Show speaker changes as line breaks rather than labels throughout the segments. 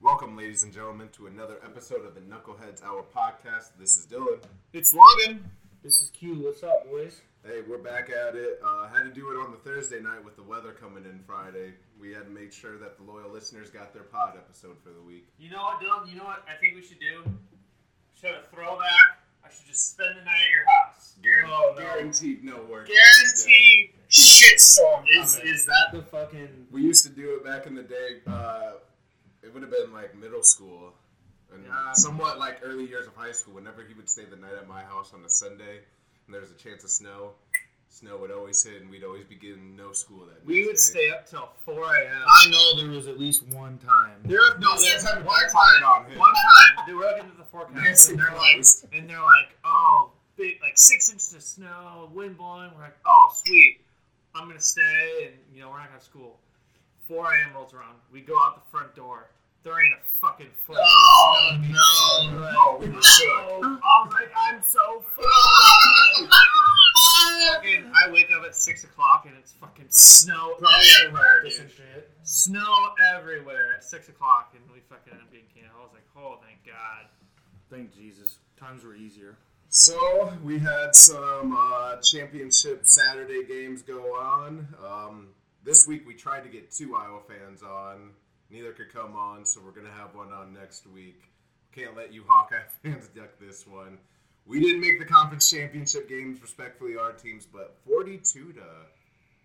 welcome, ladies and gentlemen, to another episode of the Knuckleheads Hour podcast. This is Dylan.
It's Logan.
This is Q. What's up, boys?
Hey, we're back at it. Uh, had to do it on the Thursday night with the weather coming in Friday. We had to make sure that the loyal listeners got their pod episode for the week.
You know what, Dylan? You know what I think we should do? Should have a throwback. I should just spend the night at your house.
Guaranteed,
Oh, no.
guaranteed no work.
Guarantee shitstorm.
Is,
coming.
is that the fucking?
We used to do it back in the day. Uh, it would have been like middle school and
Yeah.
somewhat like early years of high school. Whenever he would stay the night at my house on a Sunday and there was a chance of snow, snow would always hit and we'd always be getting no school that next
We would
day.
stay up till four a.m.
I know
there was at least one time.
There
No, they
there's
had Wi-Fi on him.
one time they were up into the forecast and they're like,
Christ.
and they're like, oh, big like six inches of snow, wind blowing. We're like, oh, sweet, I'm gonna stay, and you know we're not gonna have school. 4 a.m. rolls around. We go out the front door. There ain't a fucking foot.
Oh,
We're like,
Oh, we were shook.
"Oh." I was like, I'm so fucked. Fucking- I wake up at six o'clock and it's fucking snow everywhere,
This
dude.
and shit.
Snow everywhere at six o'clock, and we fucking end up getting canceled. I was like, oh, thank God.
Thank Jesus. Times were easier.
So we had some uh, championship Saturday games go on. Um, this week we tried to get two Iowa fans on. Neither could come on, so we're gonna have one on next week. Can't let you Hawkeye fans duck this one. We didn't make the conference championship games, respectfully our teams, but forty-two to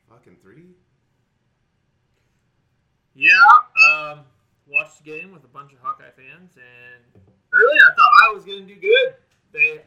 fucking three.
Yeah, um, watched the game with a bunch of Hawkeye fans, and early I thought I was gonna do good. They,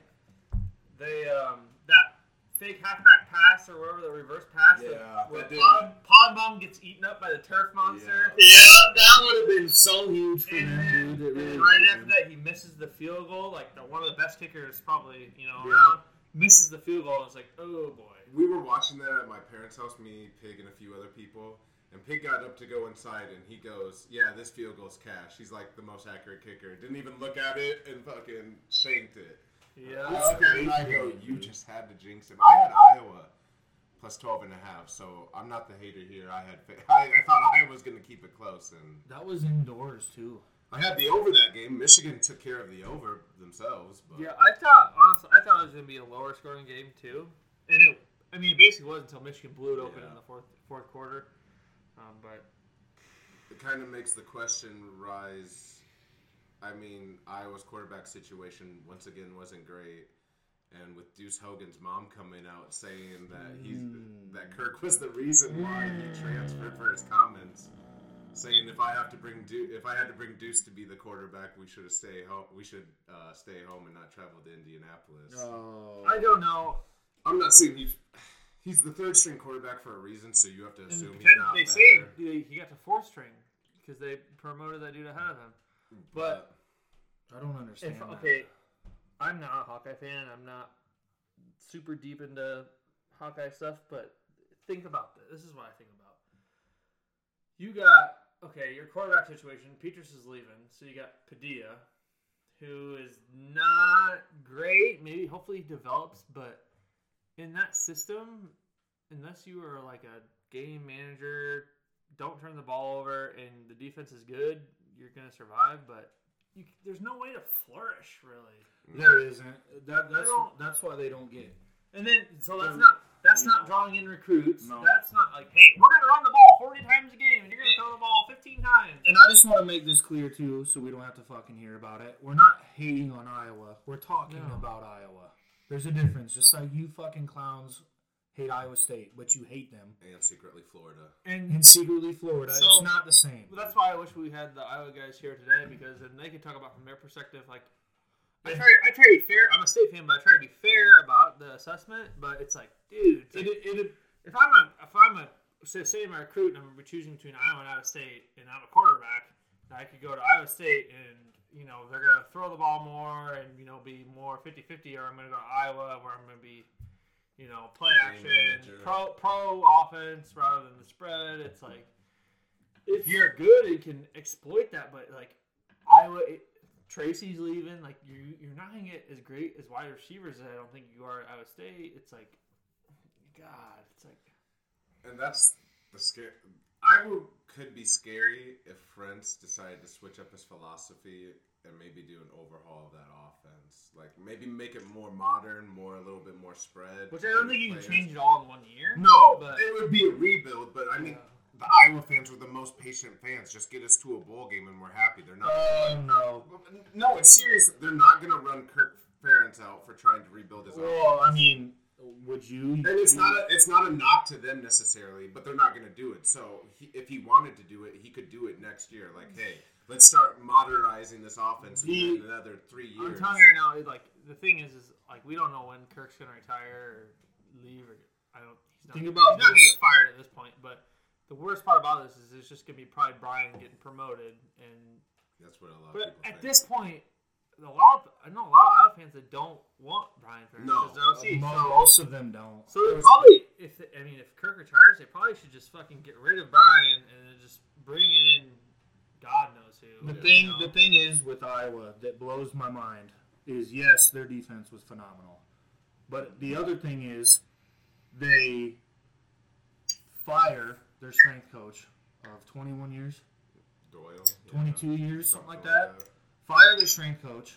they, um, that fake halfback pass or whatever the reverse pass, that-
Yeah,
where
that did-
Pod, Pod Bomb gets eaten up by the turf monster.
Yeah, that would have been so huge for
And
them,
then,
dude. It really
and right
would've
after
been.
that, he misses the field goal. Like the one of the best kickers, probably you know,
Yeah.
around, misses the field goal. and It's like, oh boy.
We were watching that at my parents' house, me, Pig, and a few other people. And Pig got up to go inside, and he goes, "Yeah, this field goal's cash." He's like the most accurate kicker. Didn't even look at it and fucking shanked it.
Yeah.
Okay, and I go, "You just had to jinx him." I had Iowa plus 12 and a half, so I'm not the hater here. I had I, I thought Iowa was going to keep it close, and
That was indoors too.
I had the over that game. Michigan took care of the over themselves, but
Yeah, I thought honestly, I thought it was gonna be a lower scoring game too, and it. I mean, it basically was until Michigan blew it open
Yeah.
in the fourth fourth quarter. Um, but
it kind of makes the question rise. I mean, Iowa's quarterback situation once again wasn't great, and with Deuce Hogan's mom coming out saying that he's
Hmm.
Mm.
that Kirk was the reason why he transferred for his comments, saying if I have to bring Deuce, if I had to bring Deuce to be the quarterback, we should stay home. We should uh, stay home and not travel to Indianapolis.
Oh.
I don't know.
I'm not saying he's he's the third string quarterback for a reason, so you have to
And
assume he's
then
not
they
better.
say he he got to fourth string because they promoted that dude ahead of him. But
I don't understand.
If,
that.
okay, I'm not a Hawkeye fan. I'm not super deep into Hawkeye stuff, but think about this. This is what I think about. You got okay your quarterback situation. Peters is leaving, so you got Padilla, who is not great. Maybe hopefully he develops, but in that system, unless you are like a game manager, don't turn the ball over, and the defense is good, you're gonna survive. But you, there's no way to flourish really.
There isn't. That that's
don't-
that's why they don't get.
And then so that's
Um,
not that's
no.
not drawing in recruits.
No.
That's not like hey we're gonna run the ball forty times a game, and you're gonna throw the ball fifteen times.
And I just want to make this clear too, so we don't have to fucking hear about it. We're not hating on Iowa. We're talking
No.
about Iowa. There's a difference. Just like you fucking clowns hate Iowa State, but you hate them,
and secretly Florida.
and secretly Florida.
So-
it's not the same.
Well, that's why I wish we had the Iowa guys here today because then they could talk about from their perspective. Like, I try, I try to be fair. I'm a state fan, but I try to be fair about the assessment. But it's like, dude, it's
It,
like-
it, it,
if I'm a if I'm a say, say I'm a recruit and I'm choosing between Iowa and Iowa State, and I'm a quarterback, and I could go to Iowa State and you know they're gonna throw the ball more and you know be more 50-50, or I'm gonna go to Iowa where I'm gonna be you know play action
manager.
pro pro offense rather than the spread. It's like if you're good and can exploit that, but like Iowa. It, Tracy's leaving. Like you, you're not gonna get as great as wide receivers as I don't think you are at Iowa State. It's like, God, it's like
And that's the scare. I would, could be scary if Prince decided to switch up his philosophy and maybe do an overhaul of that offense. Like maybe make it more modern, more a little bit more spread.
Which I don't think you can
Players.
change it all in one year.
No,
but uh,
it would be a rebuild. But I mean, the Iowa fans were the most patient fans. Just get us to a bowl game and we're happy. They're not.
Uh, Um,
Oh no.
no, it's serious. They're not going to run Kirk Ferentz out for trying to rebuild his. offense.
Well, I mean, would you?
And it's not a, it's not a knock to them necessarily, but they're not going to do it. So he, if he wanted to do it, he could do it next year. Like, hey, let's start modernizing this offense
The-
in another three
I'm
years.
telling you right now, it, like the thing is, is like we don't know when Kirk's gonna retire or leave, or I don't. He's not,
Think about
he's not gonna
this.
get fired at this point. But the worst part about this is it's just gonna be probably Brian getting promoted, and
That's what a lot of
but
people think.
at this point, a lot of I know a lot of Iowa fans that don't want Brian Ferentz
No.
as their OC. So,
Most of them don't.
so they probably if they- I mean if Kirk retires, they probably should just fucking get rid of Brian and then just bring in God knows who.
The
you
thing,
know?
the thing is with Iowa that blows my mind is yes, their defense was phenomenal, but the other thing is they fire their strength coach of 21 years,
Doyle,
22 years,
yeah,
something like that. Fire their strength coach.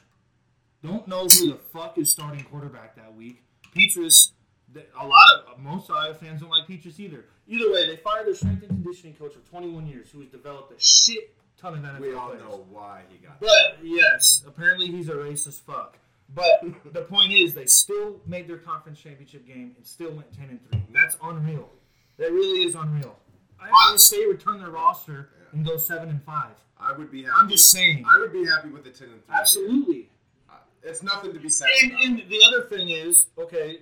Don't know who the fuck is starting quarterback that week. Petrus. th- A lot of most Iowa fans don't like Petrus either. Either way, they fire their strength and conditioning coach of 21 years, who has developed a shit ton of NFL
We all
players.
know why he got.
But yes, apparently he's a racist fuck. But the point is, they still made their conference championship game and still went ten and three. That's unreal. That really is unreal.
I-
Iowa State returned their roster and go seven and five.
I would be. Happy.
I'm just saying.
I would be happy with the ten and three.
Absolutely.
Uh, It's nothing to be said.
And,
about.
and the other thing is, okay,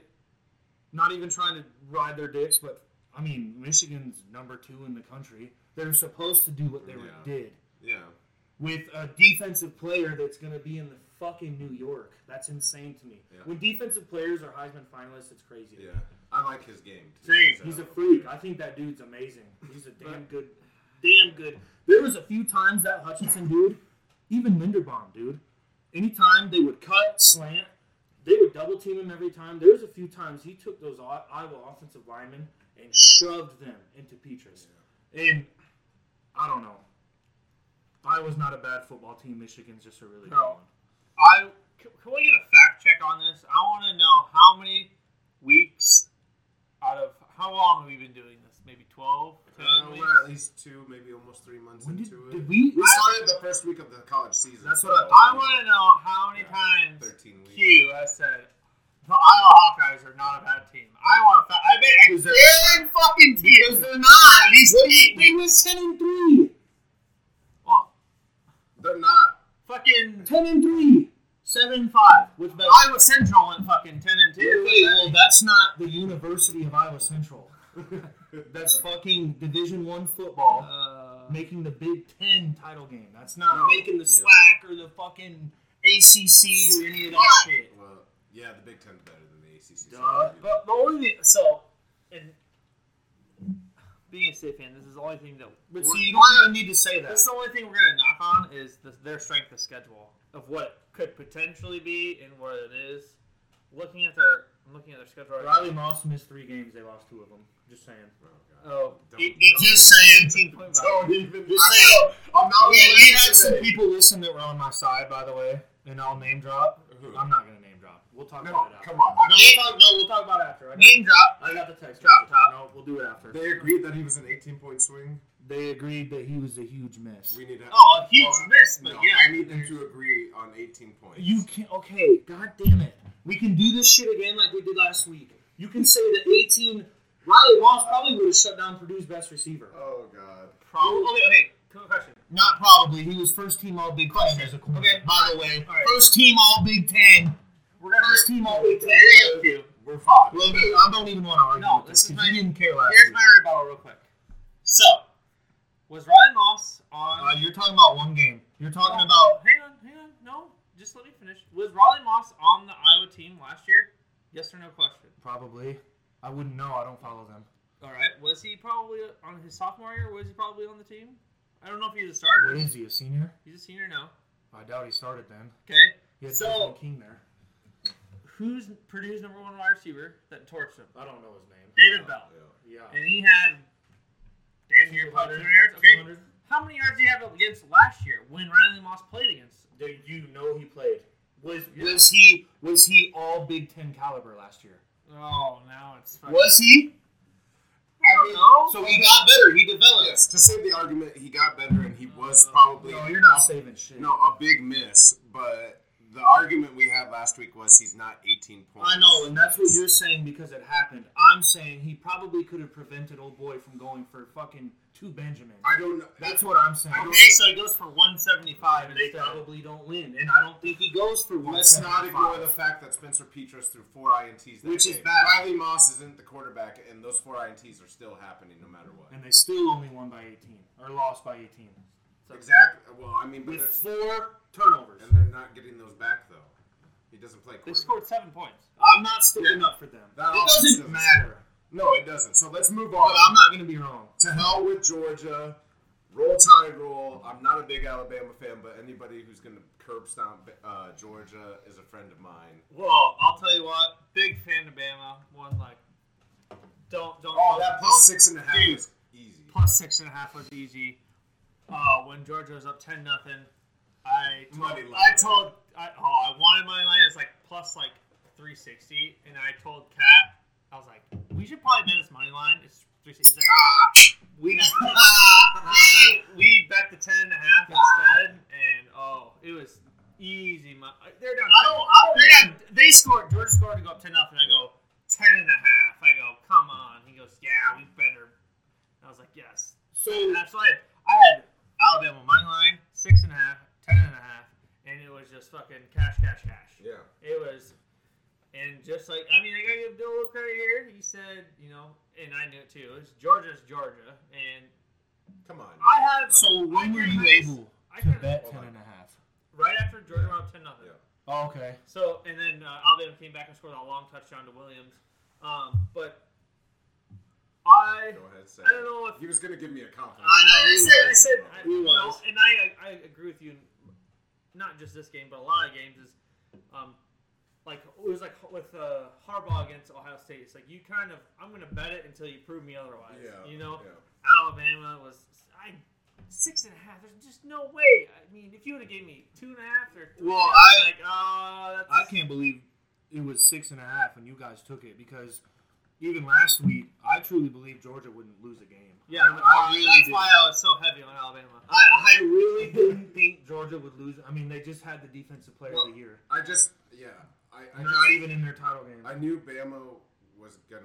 not even trying to ride their dicks, but I mean, Michigan's number two in the country. They're supposed to do what they were
Yeah.
did.
yeah.
with a defensive player that's going to be in the fucking New York. That's insane to me.
Yeah.
When defensive players are Heisman finalists, it's crazy.
Yeah. I like his game. too,
Same.
so-
He's a freak. I think that dude's amazing. He's a damn good, damn good. There was a few times that Hutchinson dude, even Linderbaum dude, anytime they would cut slant, they would double team him every time. There was a few times he took those I- Iowa offensive linemen and shoved them into Petrus. And I don't know. Iowa's not a bad football team. Michigan's just a really good
No.
one.
I can, can we get a fact check on this? I want to know how many weeks out of how long have we been doing this? Maybe 12, 10
Uh,
weeks?
we're at least two, maybe almost three months
When did,
into it.
did we?
We started the first week of the college season.
That's what I
I want to know how many
Yeah,
times
13 weeks.
Q has said the Iowa Hawkeyes are not a bad team. I want. Fa- I bet
Because they're-
they're fucking teams. They're not. These teams.
They went 10 and 3.
Oh,
They're not.
fucking
10 and 3.
7 5.
With the-
Iowa Central went fucking 10 and 2.
Okay, well, that's not the University of Iowa Central. That's fucking Division One football
Uh,
making the Big Ten title game. That's not
No.
making the
Yeah.
SWAC or the fucking ACC or any of that shit.
Well, yeah, the Big Ten's better than the ACC. so
Duh.
maybe-
But the only thing, so, and being a state fan, this is the only thing that.
But
we're-
see, you don't even need to say that.
that's the only thing we're gonna knock on is the, their strength of schedule of what it could potentially be and what it is. Looking at their, I'm looking at their schedule. Right
Riley Moss missed three games. They lost two of them. Just saying.
Oh, God.
Oh,
Don't-
it-
don't-
Just saying.
don't even.
I know.
I'm not.
We,
gonna
we had
listen
some
to it.
people listen that were on my side, by the way, and I'll name drop.
Who?
I'm not gonna name drop. We'll talk
No,
about it. After.
come on. I
No,
know
we'll talk, no, we'll talk about it after. I got,
name drop.
I got the text.
Drop
message.
top.
No, we'll do it after.
They agreed that he was an 18 point swing.
They agreed that he was a huge miss.
We need to.
Oh, a huge miss, but yeah,
I need them to agree on 18 points.
You can okay, god damn it. We can do this shit again like we did last week. You can say that 18 Riley Moss probably would have shut down Purdue's best receiver.
Oh God.
Probably. Okay, okay. Cool question.
Not probably. He was first team all Big Ten as a corner.
Okay.
By the way,
All right.
first team all Big Ten.
We're gonna
First team all Big Ten.
Here's my
We're fine.
Logan, I don't even want to argue.
No,
with
this is
because
my-
you didn't care last week.
rebuttal, real quick. So, was Ryan Moss on?
Uh, you're talking about one game. You're talking about
Hang on, hang on. No, just let me finish. Was Raleigh Moss on the Iowa team last year? Yes or no question.
probably. I wouldn't know. I don't follow them.
All right. Was he probably on his sophomore year? Was he probably on the team? I don't know if he's a
What
starter.
is he? A senior?
He's a senior now.
I doubt he started then.
Okay.
He had
So-
Desmond King there.
Who's Purdue's number one wide receiver that torched him?
I don't know his name.
David Bell.
Yeah.
Yeah.
And he had damn in your putter.
200,
Okay.
200.
How many yards do you have up against last year when Riley Moss played against?
Did you know he played? Was
Yeah.
was he was he all Big Ten caliber last year?
Oh, now it's fucking.
Was he?
I don't know.
So he got better. He developed.
Yes, to save the argument, he got better and he was probably
No, you're not saving shit.
no a big miss. But the argument we had last week was he's not 18 points.
I know, and that's what you're saying because it happened. I'm saying he probably could have prevented old boy from going for fucking two Benjamins.
I don't know.
That's what I'm saying.
Okay, so he goes for 175
They
instead.
probably don't win, and I don't think he goes for one.
Let's not ignore the fact that Spencer Petras threw four INTs, that
Which is
game.
bad.
Riley Moss isn't the quarterback, and those four INTs are still happening no matter what.
And they still only won by 18 or lost by 18
Exactly. Well, I mean, but
with
they're,
four turnovers.
and they're not getting those back though. He doesn't play
They
quarterback.
scored seven points.
I'm not sticking up for them.
That
it
offense
doesn't
doesn't-
matter.
No, it doesn't. So let's move
But
on.
I'm not going to be wrong.
to hell with Georgia. Roll Tide roll. I'm not a big Alabama fan, but anybody who's going to curb stomp uh, Georgia is a friend of mine.
Well, I'll tell you what, big fan of Bama. One like, don't don't.
Oh, that plus six and a half
Dude.
is easy.
plus six and a half was easy. Uh, when Georgia was up ten nothing, I told,
Money line.
I told I, oh I wanted money line is like plus like three sixty, and I told Kat I was like we should probably bet this money line. It's three sixty. He's like ah we we we bet the ten and a half instead, and oh it was easy. Mo- they're down.
I don't- I don't
They're down. They scored. Georgia scored to go up ten nothing. I go ten and a half. I go come on. He goes yeah we better. And I was like yes.
So
That's why I had Alabama money line, six and a half, ten and a half, and it was just fucking cash, cash, cash.
Yeah.
It was, and just like I mean, I gotta give Bill a little credit here. He said, you know, and I knew it too. It's Georgia's Georgia, and
Come on.
I had
so when were you able
I
to
kinda-
bet
Hold
10
on.
and a half?
right after Georgia went up ten nothing.
Yeah.
Oh, okay.
So and then uh, Alabama came back and scored a long touchdown to Williams, um, but I
Go ahead. Say.
I don't know if
He was going to give me a compliment.
I know. I said, I said, I,
We
you know,
was.
and I, I agree with you. Not just this game, but a lot of games is, um, like it was like with uh, Harbaugh against Ohio State. It's like you kind of I'm gonna bet it until you prove me otherwise.
Yeah.
You know,
Yeah.
Alabama was I six and a half. There's just no way. I mean, if you would have gave me two and a half or three,
Well,
I'd be like oh, that's,
I can't believe it was six and a half and you guys took it because even last week, I truly believe Georgia wouldn't lose a game.
Yeah, I
really
that's
did.
why I was so heavy on Alabama.
I, I really didn't think Georgia would lose. I mean, they just had the defensive player
Well,
of the year.
I just, yeah. I, I,
They're
just,
not even in their title game.
I knew Bama was going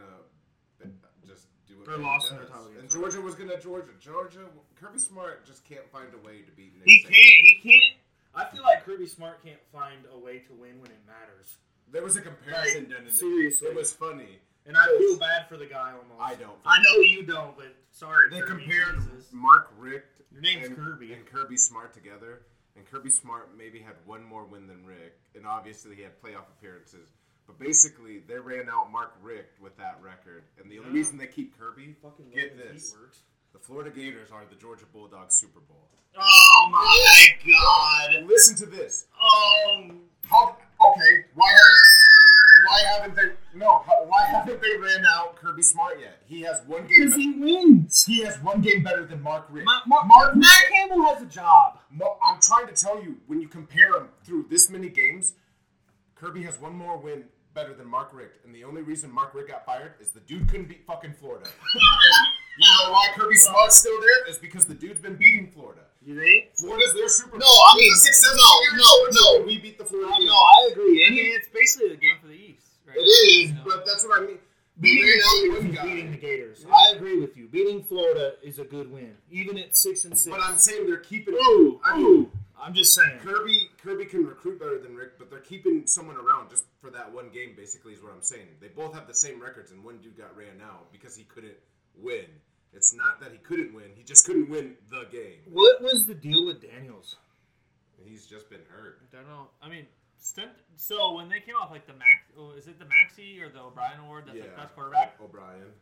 to just do what
They're
Bama
lost in
does.
their title game.
And Georgia was going to Georgia. Georgia, Kirby Smart just can't find a way to beat Nick
He
Saban.
He can't. I feel like Kirby Smart can't find a way to win when it matters.
There was a comparison
Like,
done. in the-
seriously.
It was funny.
And I feel bad for the guy almost.
I don't.
I know you don't, but sorry.
They
Kirby,
compared
Jesus.
Mark Richt
Your name's
and,
Kirby.
and Kirby Smart together, and Kirby Smart maybe had one more win than Rick, and obviously he had playoff appearances. But basically, they ran out Mark Richt with that record, and the only reason they keep Kirby,
Fucking
get
love his
this,
heat works.
the Florida Gators are the Georgia Bulldogs Super Bowl.
Oh my god.
And listen to this.
Oh.
How, okay, why haven't, why haven't they? No, how, why haven't they ran out Kirby Smart yet? He has one game.
Because he wins.
he has one game better than Mark Richt.
Mark, Matt Campbell has a job.
No, I'm trying to tell you, when you compare him through this many games, Kirby has one more win better than Mark Richt. And the only reason Mark Richt got fired is the dude couldn't beat fucking Florida. and you know why Kirby Smart's still there? Is because the dude's been beating Florida.
You think?
Florida's their Super
No, I mean, no, no, no.
We beat the Florida.
No,
Gators.
I agree.
I mean,
Any,
it's basically the game for the East. Right?
it is.
But that's what I mean.
Beating,
Very
the
good
Gators is
guy.
beating the Gators. I agree with you. Beating Florida is a good win, even at six and six.
But I'm saying they're keeping.
Ooh,
I mean,
I'm just saying.
Kirby Kirby can recruit better than Rick, but they're keeping someone around just for that one game. Basically, is what I'm saying. They both have the same records, and one dude got ran out because he couldn't win. It's not that he couldn't win; he just couldn't win the game.
What was the deal with Daniels?
He's just been hurt.
I don't know. I mean, stunt, so when they came off like the Max, oh, is it the Maxi or the O'Brien Award? That's like best quarterback.
O'Brien.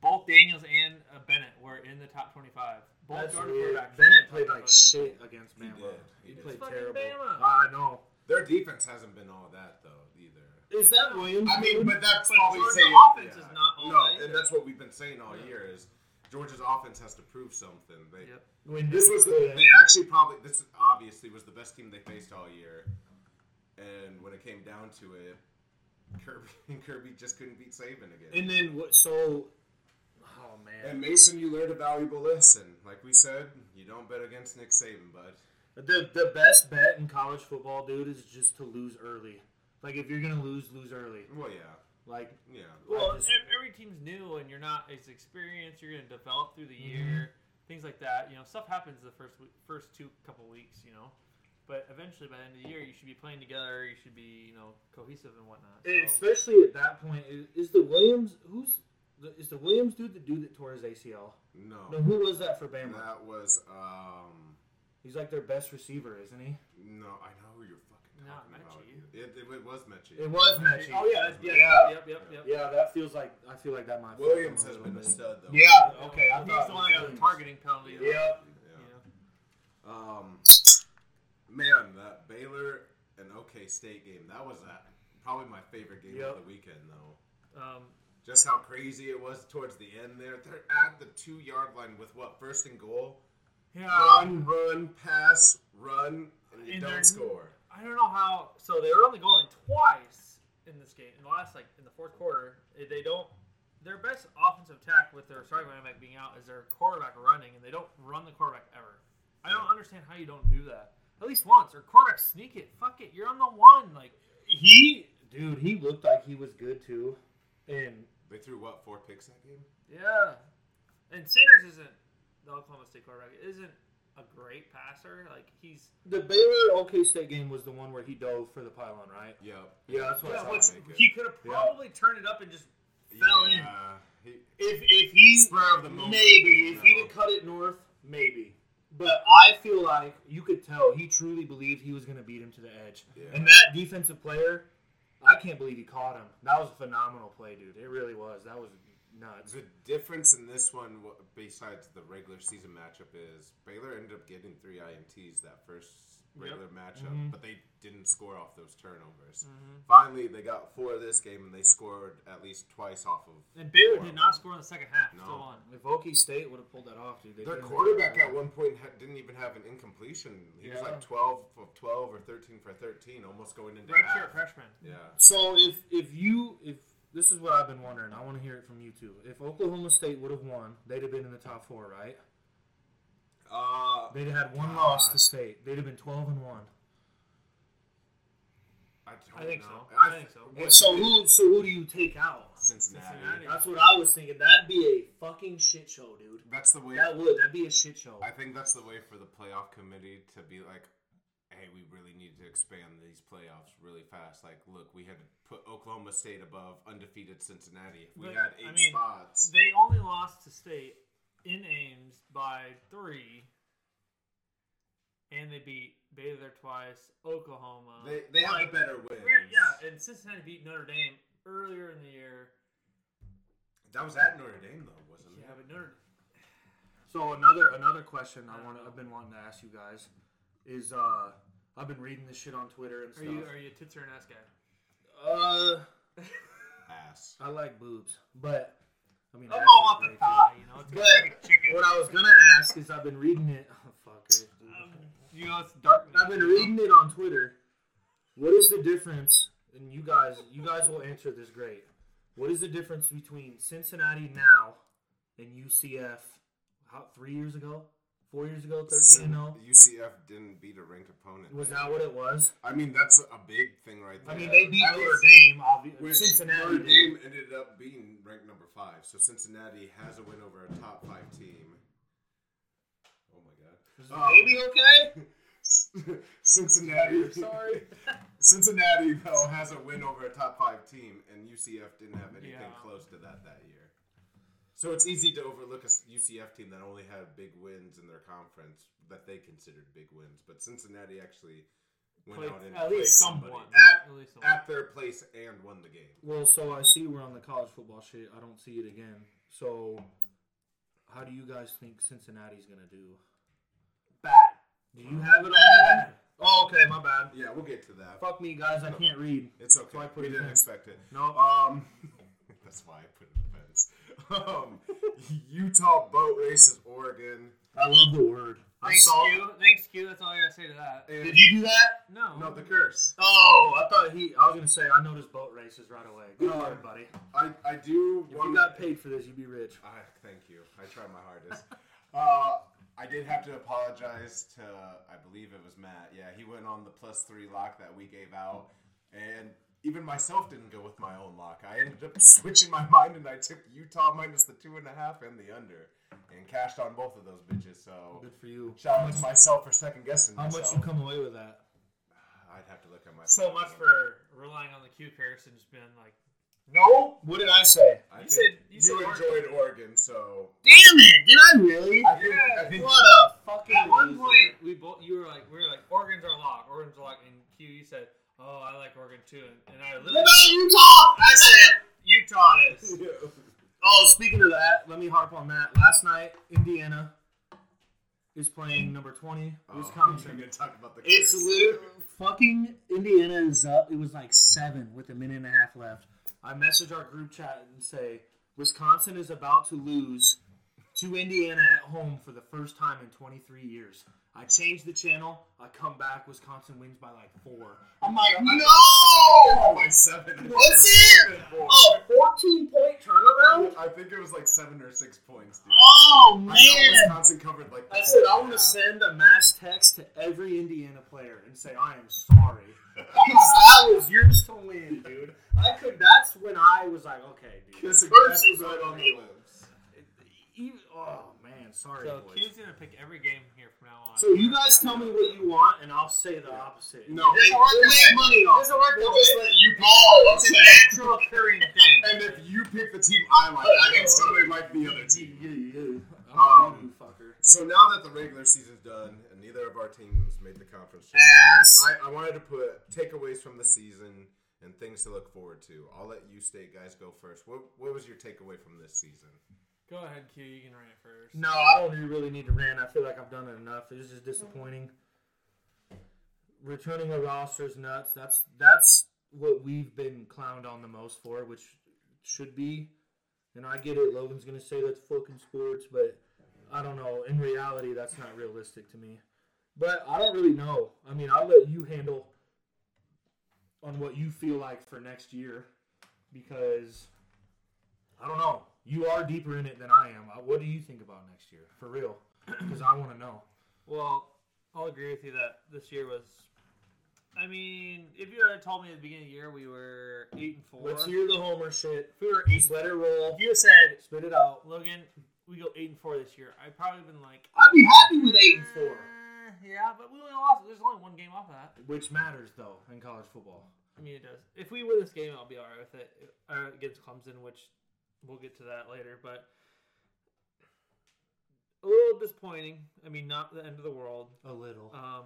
Both Daniels and uh, Bennett were in the top twenty-five. Both
That's
starting
weird.
quarterbacks.
Bennett played like shit against
He
Bama.
did. He did.
played
Fucking
terrible.
Bama.
I know.
Their defense hasn't been all that though either.
Is that Williams?
I mean, but that's
But
probably
Georgia
saying
offense is not all
no,
that either.
and that's what we've been saying all year is Georgia's offense has to prove something. They
Yep.
When
this was the, they actually probably this obviously was the best team they faced all year, and when it came down to it, Kirby Kirby just couldn't beat Saban again.
and then what? So
Oh
And
man.
Mason, you learned a valuable lesson. Like we said, you don't bet against Nick Saban, bud.
the the best bet in college football, dude, is just to lose early. Like if you're gonna lose, lose early.
Well, yeah,
Like
yeah.
Well,
I just-
ev- every team's new, and you're not as experienced. You're going to develop through the
Mm-hmm.
year, things like that. You know, stuff happens the first week, first two couple weeks. You know, but eventually by the end of the year, you should be playing together. You should be, you know, cohesive and whatnot. So,
And especially at that point, is, is the Williams who's the, is the Williams dude the dude that tore his ACL? No,
No,
who was that for Bama?
that was um.
He's like their best receiver, isn't he?
No, I know who you're fucking
Not
talking about.
Mechie.
It, it, it was Mechie.
It was Mechie.
oh yeah, that's- yeah,
Yeah.
yep, yep, yep.
Yeah, that feels like I feel like that might.
Williams has
fit him
been a
little
stud though.
bit. Yeah. Okay. I
He's
thought Mm.
the one that got the targeting penalty. though.
Yeah.
Yeah.
You know?
Um, man, that Baylor and OK State game. That was that probably my favorite game
Yep.
of the weekend though.
Um,
Just how crazy it was towards the end there. They're at the two yard line with what first and goal.
yeah.
Run, run, pass, run, and you
And they're-
don't score.
I don't know how. So they were only going twice in this game. In the last, like in the fourth quarter, They- they don't. Their best offensive attack with their starting running back being out is their quarterback running, and they don't run the quarterback ever. I don't understand how you don't do that at least once. Or quarterback sneak it. Fuck it, you're on the one. Like
He, dude, he looked like he was good too, and
They threw what four picks that game?
yeah. And Sanders isn't the Oklahoma State quarterback. Isn't a great passer. Like he's
the Baylor OK State game was the one where he dove for the pylon, right?
Yep.
Yeah, that's what I
yeah,
saw.
which
make it.
he could have
Yeah.
probably turned it up and just fell in.
Yeah, he-
If if he
Spur of the moment.
maybe if he'd
No.
have cut it north, maybe. But I feel like you could tell he truly believed he was going to beat him to the edge.
Yeah.
And that defensive player, I can't believe he caught him. That was a phenomenal play, dude. It really was. That was nuts.
The difference in this one, wa- besides the regular season matchup, is Baylor ended up getting three INTs that first regular matchup,
Mm-hmm.
but they didn't score off those turnovers. Finally, they got four this game, and they scored at least twice off of.
And Baylor did not score in the second half.
No.
Still on.
If Okie State would have pulled that off, dude, they
Their
couldn't-
quarterback at one point ha- didn't even have an incompletion. He was
Yeah.
like 12 for 12 or 13 for 13, almost going into half.
Redshirt freshman.
Yeah.
So if if you if this is what I've been wondering, I want to hear it from you two. If Oklahoma State would have won, they'd have been in the top four, right?
Uh,
They'd have had one loss to State. They'd have been twelve and one.
I, don't
I think
know.
so. I think so.
What-
So who so who do you take out?
Cincinnati.
Cincinnati.
That's what I was thinking. That'd be a fucking shit show, dude.
That's the way.
That would. That'd be a shit show.
I think that's the way for the playoff committee to be like, hey, we really need to expand these playoffs really fast. Like, look, we had to put Oklahoma State above undefeated Cincinnati. If we
But,
had
I
eight
mean,
spots.
They only lost to State in Ames by three, and they beat Baylor twice, Oklahoma.
They, they have a better win.
Where- yeah, and Cincinnati beat Notre Dame earlier in the year.
That was at Notre Dame, though, wasn't
Yeah,
it?
but Notre
So another another question I want I've been wanting to ask you guys is uh I've been reading this shit on Twitter and
are
stuff.
you are you a tits or an ass guy?
uh,
Ass.
I like boobs, but I mean
I'm
ass
all
is
about the
great,
thigh, you know. It's
But-
like a
too.
chicken.
What I was gonna ask is I've been reading it. Oh, fucker. dude.
Um, You know, it's dark.
I've been reading it on Twitter. What is the difference? And you guys, you guys will answer this great. What is the difference between Cincinnati now and UCF? How three years ago, four years ago, thirteen and zero.
UCF didn't beat a ranked opponent.
Was that what it was?
I mean, that's a big thing right there.
I mean, they beat
At
Notre
least-
Dame, obviously.
Which
Cincinnati
Notre
did.
Dame ended up being ranked number five, so Cincinnati has a win over a top five team. Oh my god!
Maybe okay.
Um, Cincinnati.
Sorry.
Cincinnati though has a win over a top five team, and UCF didn't have anything
Yeah.
close to that that year. So it's easy to overlook a s- UCF team that only had big wins in their conference that they considered big wins, but Cincinnati actually went
Played
out and
at
played
least
somebody
someone.
at,
At least someone.
at their place and won the game.
Well, so I see we're on the college football shit. I don't see it again. So, how do you guys think Cincinnati's gonna do?
Bad.
Do you have it all? Oh, okay, my bad.
Yeah, we'll get to that.
Fuck me, guys. I can't read.
It's okay.
So I put
we
it
didn't
in.
expect it.
No.
Um, that's why I put it in the fence. Um, Utah boat races Oregon.
I love the word.
I
Thanks,
saw.
Q. Thanks, Q. That's all I gotta say to that.
and-
Did you do that?
No.
No, the curse.
Oh, I thought he. I was gonna say I noticed boat races right away. Good
No.
work, buddy.
I, I do.
If
want-
you got paid for this, you'd be rich.
I, thank you. I tried my hardest. uh, I did have to apologize to, I believe it was Matt. Yeah, he went on the plus three lock that we gave out. And even myself didn't go with my own lock. I ended up switching my mind and I took Utah minus the two and a half and the under and cashed on both of those bitches. So
Good for you.
shout out to myself for second guessing.
How much
myself.
you come away with that?
I'd have to look at my.
So much for relying on the Q curse and just being like,
No. What did I say?
I
You
think
said- you
you,
said Oregon.
enjoyed Oregon, so
Damn it! Did I really?
I think, I think
What a
fucking. At one point, we both you were like, we were like, Oregon's our lock. Oregon's our lock. And Q, you said, oh, I like Oregon too. And, and I
What
literally
about Utah? I said.
Utah is.
Oh, speaking of that, let me harp on that. Last night, Indiana is playing number 20,
Oh, I'm
Wisconsin.
gonna talk about the.
It's
curse.
lit- fucking Indiana is up. It was like seven with a minute and a half left. I message our group chat and say, Wisconsin is about to lose to Indiana at home for the first time in 23 years. I change the channel. I come back. Wisconsin wins by like four. I'm like,
Oh,
no!
my seven.
What's it? A 14 point turnaround?
I think it was like seven or six points, dude.
Oh,
I
man!
know Wisconsin covered like. the
I said I
whole
want to
half.
send a mass text to every Indiana player and say I am sorry. Because that was yours to win, dude. I could. That's when I was like, okay, dude.
Kiss a
Curse
kiss
is
right on the
overrated.
lips.
Even, oh man, sorry,
So
boys.
Q's gonna pick every game here from now on.
So you guys tell me what you want, and I'll say the opposite.
No.
Hey, we'll make money off.
work
We'll
that
just
way.
let you pick.
Oh,
It's
it's
an
natural occurring thing.
And if you pick the team I like, I can totally like the other team.
Oh, you fucker.
So now that the regular season's done and neither of our teams made the conference, championship, I, I wanted to put takeaways from the season and things to look forward to. I'll let you state guys go first. What what was your takeaway from this season?
Go ahead, Q. You can run it first.
No, I don't even really need to rant. I feel like I've done it enough. It's just disappointing. Returning a roster is nuts. That's that's what we've been clowned on the most for, which should be. And I get it. Logan's gonna say that's fucking sports, but I don't know. In reality, that's not realistic to me. But I don't really know. I mean, I'll let you handle on what you feel like for next year because I don't know. You are deeper in it than I am. Uh, What do you think about next year, for real? Because I want to know.
Well, I'll agree with you that this year was. I mean, if you had told me at the beginning of the year we were eight and 4
Let's hear the Homer shit.
if we were eight,
Just let it roll.
if you said
Spit it out.
Logan, we go eight and four this year, I'd probably been like
I'd be happy with eight and four,
"Eh, yeah, but we only lost. There's only one game off of that.
which matters though in college football.
I mean, it does. If we win this game, I'll be all right with it uh, against Clemson, which we'll get to that later. But a little disappointing. I mean, not the end of the world.
A little.
Um,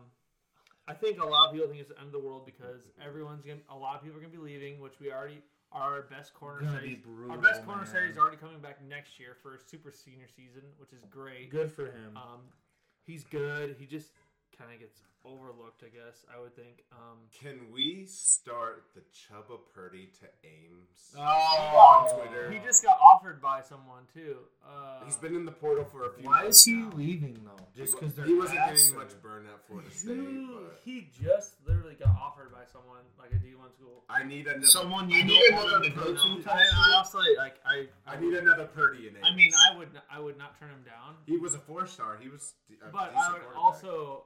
I think a lot of people think it's the end of the world because everyone's gonna. A lot of people are gonna be leaving, which we already our best corner
Gonna
series.
be brutal,
our best corner
man.
series is already coming back next year for super senior season, which is great.
Good for him.
Um, he's good. He just kind of gets overlooked, I guess. I would think. Um,
Can we start the Chuba Purdy to Ames?
Oh.
on Twitter.
he just got offered by someone too. Uh,
He's been in the portal for a few.
Why
months
is he
now.
leaving though? Just because they're
he wasn't
ass
getting
or-
much burn at Florida State.
Who-
but
he just literally got offered by someone like a D one school.
I need another.
Someone you
I
need
need
another
another
to go to.
Purdy.
type
I
shit?
also like I.
I need another Purdy in it.
I
uh,
mean, I would I would not turn him down.
he was a four star. He was. d- a
But
decent
I would
quarterback.
also,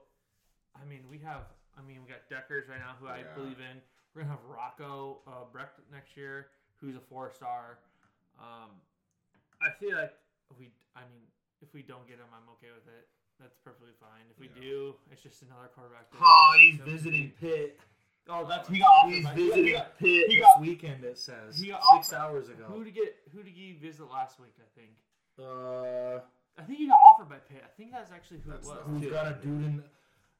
I mean, we have, I mean, we got Deckers right now, who I
Yeah.
believe in. We're gonna have Rocco uh, Brecht next year, who's a four star. Um, I feel like we, I mean, if we don't get him, I'm okay with it. That's perfectly fine. If we
Yeah.
do, it's just another quarterback. that-
Oh, he's
so-
visiting Pitt.
Oh, that's
He
he
got
got
He's
offered. by-
visiting Pitt
he
this
got-
weekend. It says
he got
six
offered-
hours
Who
ago.
to get? Who did he visit last week? I think.
Uh,
I think he got offered by Pitt. I think that's actually who
That's
it
not-
was.
who's
Dude.
got a dude in?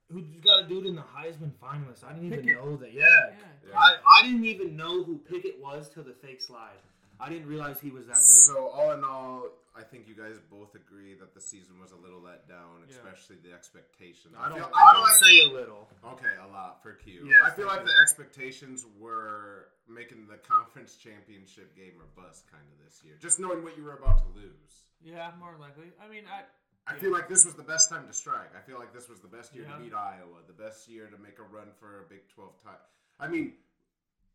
Who's got a dude in the Heisman finalist? I didn't even
Pickett.
know that. Yeah,
Yeah.
Yeah.
I, I didn't even know who Pickett was till the fake slide. I didn't realize he was that good.
So all in all, I think you guys both agree that the season was a little let down,
Yeah.
especially the expectations.
I don't.
feel-
I
feel
don't say a little.
like- okay, a lot for Q.
Yes,
I feel like
thank
the
you.
expectations were making the conference championship game or bust kind of this year. Just knowing what you were about to lose.
Yeah, more likely. I mean, I
I
Yeah.
feel like this was the best time to strike. I feel like this was the best year
Yeah.
to beat Iowa, the best year to make a run for a Big 12 title. I mean,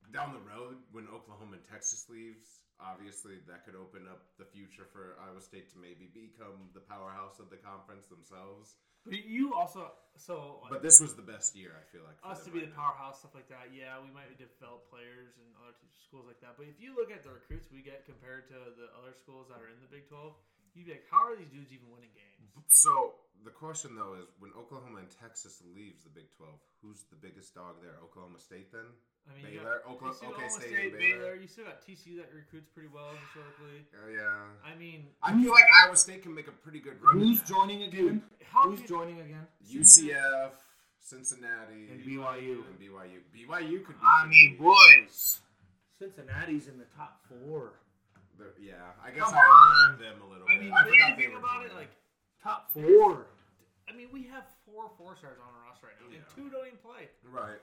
down the road when Oklahoma and Texas leaves, obviously that could open up the future for Iowa State to maybe become the powerhouse of the conference themselves.
but you also so like,
But this was the best year, I feel like. for
us to
them
be
right
the
now.
powerhouse stuff like that. Yeah, we might develop players and other t- schools like that. But if you look at the recruits we get compared to the other schools that are in the Big Twelve, you'd be like, how are these dudes even winning games?
So the question though is, when Oklahoma and Texas leaves the Big 12, who's the biggest dog there? Oklahoma State then?
I mean, you got
Baylor,
you
Oklahoma,
still
okay,
Oklahoma
State,
State,
and
Baylor.
Baylor.
You still got TCU that recruits pretty well historically.
Oh yeah.
I mean,
I feel like Iowa State can make a pretty good run. at
Who's
that.
joining again?
how
Who's
can-
joining again?
UCF, Cincinnati,
And BYU.
and BYU. BYU could. Be
I mean, boys. Cincinnati's in the top four.
They're- yeah. I guess
Come
I
on.
heard them a little bit.
I mean,
I
really
forgot they
think
were
about
joining.
it, like
Top four.
I mean, we have four four stars on our roster right now, and
Yeah.
two don't even play.
right.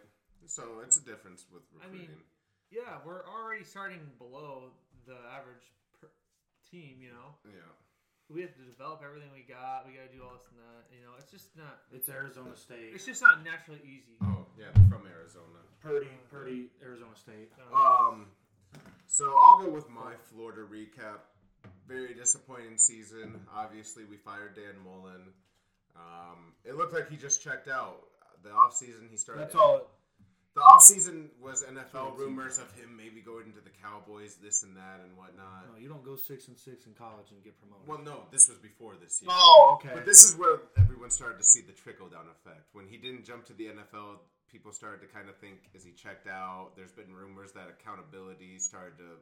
So it's a difference with
I
recruiting.
mean, Yeah, we're already starting below the average per team. You know,
yeah.
we have to develop everything we got. We got to do all this and that. You know, it's just not.
It's Arizona State.
It's just not naturally easy.
Oh yeah, they're from Arizona.
Purdy, Purdy, Arizona State.
Um, so I'll go with my Florida recap. Very disappointing season. Obviously, we fired Dan Mullen. Um, it looked like he just checked out. The offseason, he started.
That's all.
The offseason was NFL rumors of him maybe going to the Cowboys, this and that and whatnot.
No, you don't go six and six in college and get promoted.
Well, no, this was before this year.
oh, okay.
But this is where everyone started to see the trickle down effect. When he didn't jump to the NFL, people started to kind of think, is he checked out? There's been rumors that accountability started to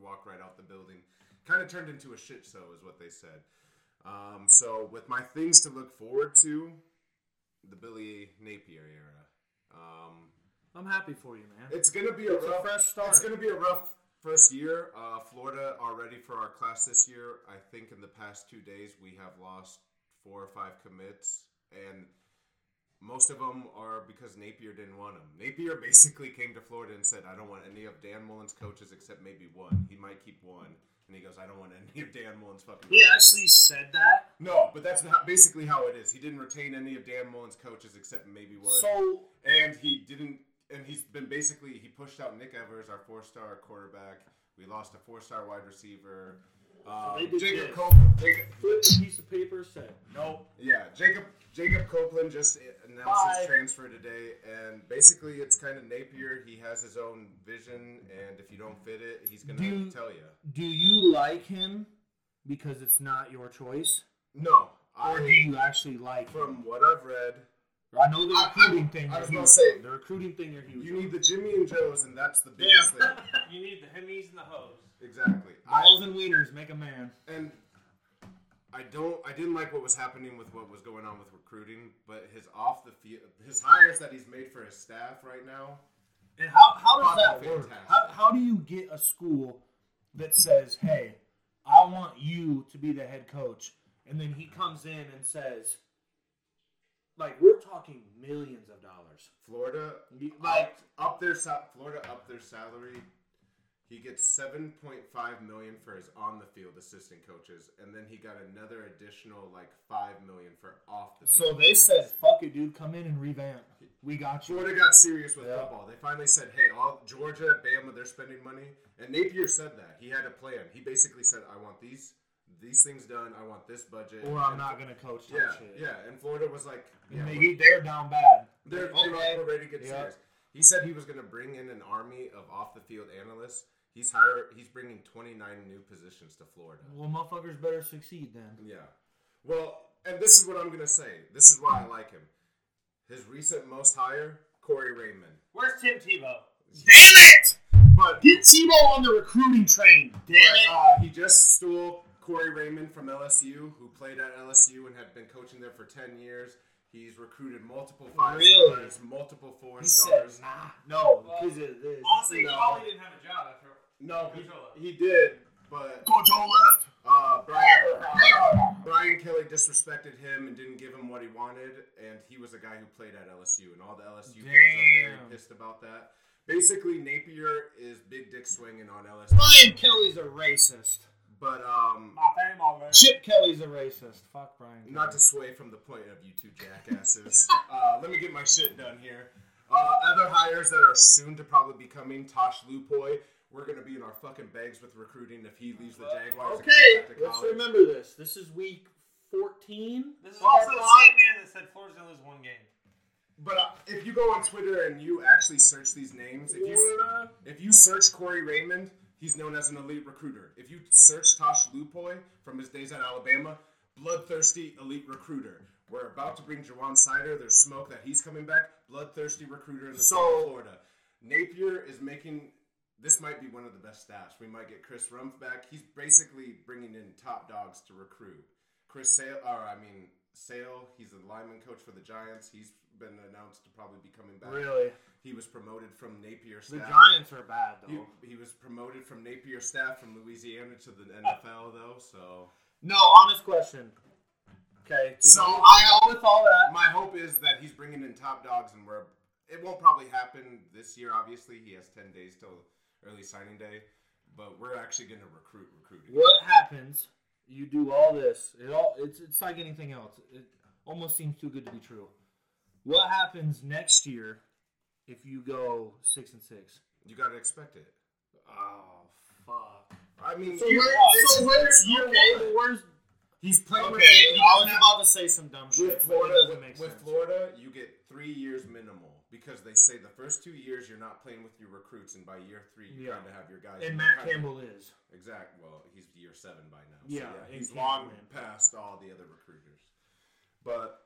walk right out the building. Kind of turned into a shit show, is what they said. Um, so, with my things to look forward to, the Billy Napier era. Um,
I'm happy for you, man.
it's gonna be a
It's a
rough
fresh start.
It's gonna be a rough first year. Uh, Florida already for our class this year. I think in the past two days we have lost four or five commits, and most of them are because Napier didn't want them. Napier basically came to Florida and said, "I don't want any of Dan Mullen's coaches except maybe one. He might keep one." And he goes, "I don't want any of Dan Mullen's fucking."
He actually said that.
no, but that's not basically how it is. He didn't retain any of Dan Mullen's coaches except maybe one
So
and he didn't and he's been basically he pushed out Nick Evers, our four star quarterback. We lost a four star wide receiver. Um,
they did
Jacob
this.
Copeland. Jacob,
flip the piece of paper said no.
yeah, Jacob Jacob Copeland just announced
Bye.
his transfer today, and basically it's kind of Napier. He has his own vision, and if you don't fit it, he's gonna
Do you-
tell you.
Do you like him because it's not your choice,
No,
or do
I
you actually like him?
from what I've read,
I know the
I- I-
recruiting thing.
I
you're
was gonna
huge
say-
on. the recruiting thing. You're huge.
you
on.
need the Jimmy and Joes, and that's the biggest thing.
You need the hemis and the hose.
Exactly. I,
balls and wieners make a man.
and I don't I didn't like what was happening with what was going on with recruiting, but his off the field his hires that he's made for his staff right now.
And how, how does that
Fucking
work?
fantastic.
How, how do you get a school that says, hey, I want you to be the head coach? And then he comes in and says, like, we're talking millions of dollars.
Florida
You-
like
Like,
up their sa- Florida up their salary. He gets 7.5 million for his on the field assistant coaches and then he got another additional like 5 million for off the
so
field.
they said, fuck it, dude, come in and revamp. We got you.
Florida got serious with
Yeah.
football. They finally said, "Hey, all Georgia, Bama, they're spending money." And Napier said that he had a plan. He basically said, "I want these these things done. I want this budget."
Or I'm not going to coach that
Yeah,
shit.
yeah. And Florida was like, "Yeah,
And they,
we're-
he- they're down bad.
they're,
Okay.
they're ready to get
Yeah.
serious." He said he was going to bring in an army of off the field analysts. He's hire, He's bringing 29 new positions to Florida.
Well, motherfuckers better succeed then.
Yeah. Well, and this is what I'm going to say. This is why I like him. His recent most hire, Corey Raymond.
Where's Tim Tebow?
But
Get Tebow on the recruiting train. Damn
But, uh, he just stole Corey Raymond from LSU, who played at LSU and had been coaching there for 10 years. He's recruited multiple five
Really?
stars, multiple four
He said,
stars.
nah, no,
Well,
because of this.
Honestly, he
No.
probably didn't have a job after
No,
Gortola.
he, he did, but
Control left.
uh, Brian, Brian Kelly disrespected him and didn't give him what he wanted, and he was a guy who played at LSU, and all the LSU fans are very
Damn.
pissed about that. Basically, Napier is big dick swinging on LSU,
Brian Kelly's a racist.
but um,
My fame already.
Chip Kelly's a racist. Fuck Brian. Kelly.
Not to sway from the point of you two jackasses. uh, let me get my shit done here. Uh, other hires that are soon to probably be coming, Tosh Lupoy. We're gonna be in our fucking bags with recruiting if he leaves the Jaguars. and goes
Okay,
back to
let's
college.
remember this. This is week 14.
This is also the same man that said Florida's gonna lose one game.
But uh, if you go on Twitter and you actually search these names, if you
Florida.
if you search Corey Raymond, he's known as an elite recruiter. If you search Tosh Lupoy from his days at Alabama, bloodthirsty elite recruiter. We're about to bring Jawan Sider. There's smoke that he's coming back. Bloodthirsty recruiter in the state of Florida. Napier is making this might be one of the best staffs. We might get Chris Rumpf back. He's basically bringing in top dogs to recruit. Chris Sale, or I mean Sale, he's the lineman coach for the Giants. He's been announced to probably be coming back.
Really?
He was promoted from Napier
The
staff.
Giants are bad though.
He, he was promoted from Napier staff from Louisiana to the NFL, though. So
No, honest question.
Okay.
So,
I go with all that.
my hope is that he's bringing in top dogs, and we're it won't probably happen this year. Obviously, he has ten days till early signing day, but we're actually going to recruit recruiting.
What happens? You do all this. It all it's it's like anything else. It almost seems too good to be true. What happens next year if you go six and six?
You got to expect it.
Oh fuck.
I mean,
So
you-
where, so where's
year
okay?
one.
but Where's
he's playing
okay?
with,
I was about to say some dumb shit.
with
but it
Florida.
doesn't make
with
sense.
Florida, you get three years minimal because they say the first two years you're not playing with your recruits, and by year three you're
Yeah.
trying to have your guys.
And
in
Matt
the country.
Campbell is.
Exact. Well, he's year seven by now.
Yeah,
so yeah
he
he's
can't
long
win.
past all the other recruiters. But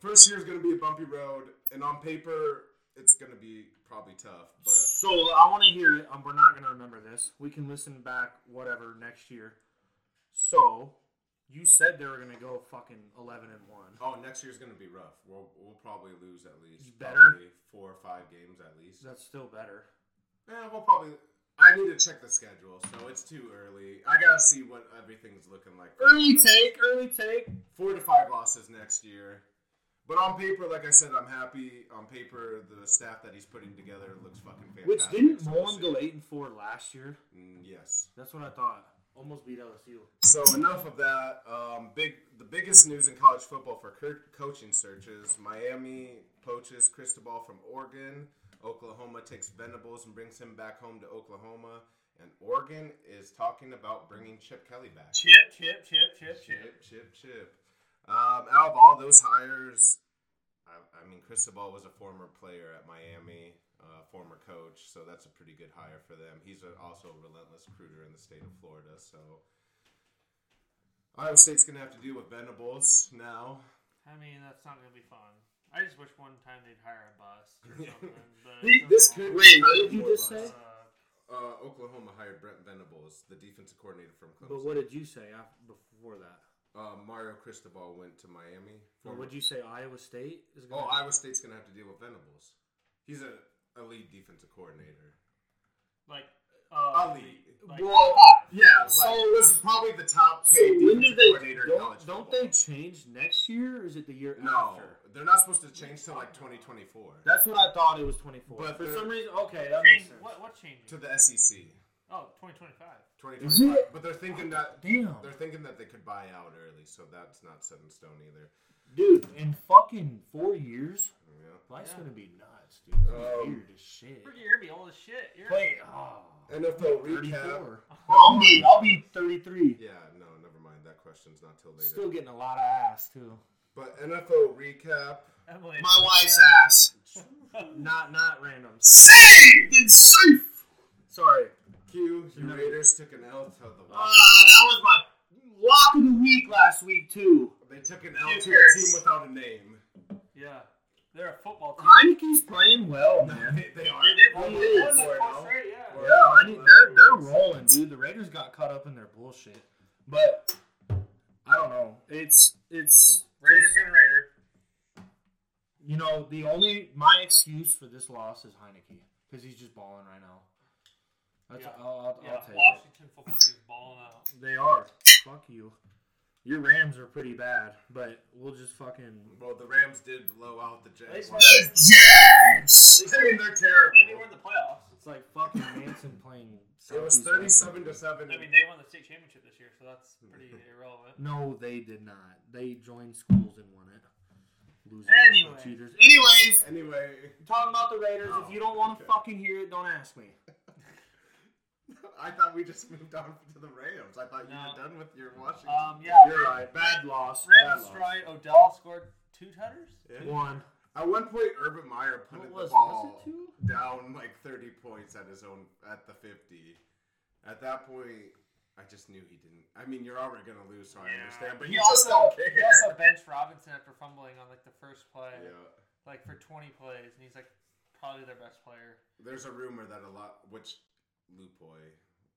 first year is going to be a bumpy road, and on paper, it's going to be probably tough. But
So I want to hear it. Um, we're not going to remember this. We can listen back, whatever, next year. So you said they were going to go fucking eleven and one.
oh, next year's going to be rough. We'll we'll probably lose at least
Better?
probably four or five games at least.
That's still better.
Yeah, we'll probably. I need to check the schedule, so it's too early. I gotta see what everything's looking like.
Early take, early take.
Four to five losses next year. But on paper, like I said, I'm happy. On paper, the staff that he's putting together looks fucking fantastic.
Which didn't
So we'll
Mullen
see.
go eight and four last year?
Mm, yes.
That's what I thought. Almost beat LSU.
So enough of that. Um, big, the biggest news in college football for cur- coaching searches: Miami poaches Cristobal from Oregon. Oklahoma takes Venables and brings him back home to Oklahoma. And Oregon is talking about bringing Chip Kelly back.
Chip, chip, chip, chip, chip.
Chip, chip, chip. Um, out of all those hires, I, I mean, Cristobal was a former player at Miami, uh, former coach, so that's a pretty good hire for them. He's a, also a relentless recruiter in the state of Florida, so. Iowa State's going to have to deal with Venables now.
I mean, that's not gonna be fun. I just wish one time they'd hire a bus or
Yeah.
something. But
He- this could
Wait, what
did you
more
just
bust.
say?
Uh,
Uh, Oklahoma hired Brent Venables, the defensive coordinator from
But
Clemson.
what did you say af- before that?
uh, Mario Cristobal went to Miami.
Or
former-
would you say Iowa State is going?
Oh, Iowa State's going to have to deal with Venables. He's a elite defensive coordinator.
like uh,
Ali.
Like,
Well,
Yeah, so it was probably the top
So
paid defensive
when do they
coordinator in college
don't, don't they
football.
change next year? Or is it the year
No,
after?
they're not supposed to change till like 2024
That's what I thought it was 24.
But
for
they're-
some reason, okay, that makes
change,
sense.
what what changes?
to the E SEC.
Oh, 2025.
2025. But they're thinking that
Damn,
they're thinking that they could buy out early, so that's not set in stone either.
dude, in fucking four years,
Yeah.
life's
Yeah.
gonna be nuts, dude. It's gonna be
Um,
weird as shit.
Freaking, you're gonna be old as shit. You're
Wait, oh,
NFL
34.
I'll be, I'll be 33.
Yeah, no, never mind. That question's not till later.
Still getting a lot of ass too.
But NFL recap.
Emily.
My wife's ass.
Not not random.
Saved and safe.
Sorry.
Q. The
Remember-
Raiders took an L to
Uh,
the
Ah,
Washington.
that was my lock of the week last week too.
They took an L to a
Kickers.
team without a name.
Yeah, they're a football team.
Heineke's playing well, man.
They, they are.
They won
He
the- won
is.
the
Four and oh.
fourth straight, yeah.
Four
Yeah, I mean, they're they're rolling, dude. The Raiders got caught up in their bullshit, but I don't know. It's it's
Raiders gonna Raider.
you know the only my excuse for this loss is Heineke because he's just balling right now.
That's,
Yeah.
I'll, I'll,
Yeah,
I'll take it.
Washington football team's balling out.
They are. Fuck you. Your Rams are pretty bad, but we'll just fucking.
Well, the Rams did blow out the Jaguars. I mean, they're
They didn't
terrible.
win the playoffs.
It's like fucking Manson playing.
It was
Southeast
thirty-seven to seven.
I mean, they won the state championship this year, so that's pretty irrelevant.
No, they did not. They joined schools and won it. Losers,
Anyway.
cheaters.
Anyways,
Anyway,
talking about the Raiders.
Oh,
if you don't want to
okay.
fucking hear it, don't ask me.
I thought we just moved on to the Rams. I thought you
No.
were done with your Washington.
Um, yeah,
You're right. Bad loss. Bad
Rams
loss.
destroyed. Odell scored two tutters.
Yeah.
One.
At one point, Urban Meyer
What
punted
was- was
the
it
ball
two?
down like 30 points at his own at the 50. At that point, I just knew he didn't. I mean, you're already gonna lose, so I
Yeah.
understand. But
He
you just
also-
don't care.
He also benched Robinson after fumbling on like the first play,
Yeah.
like for 20 plays, and he's like probably their best player.
There's a rumor that a lot, which Lupoy,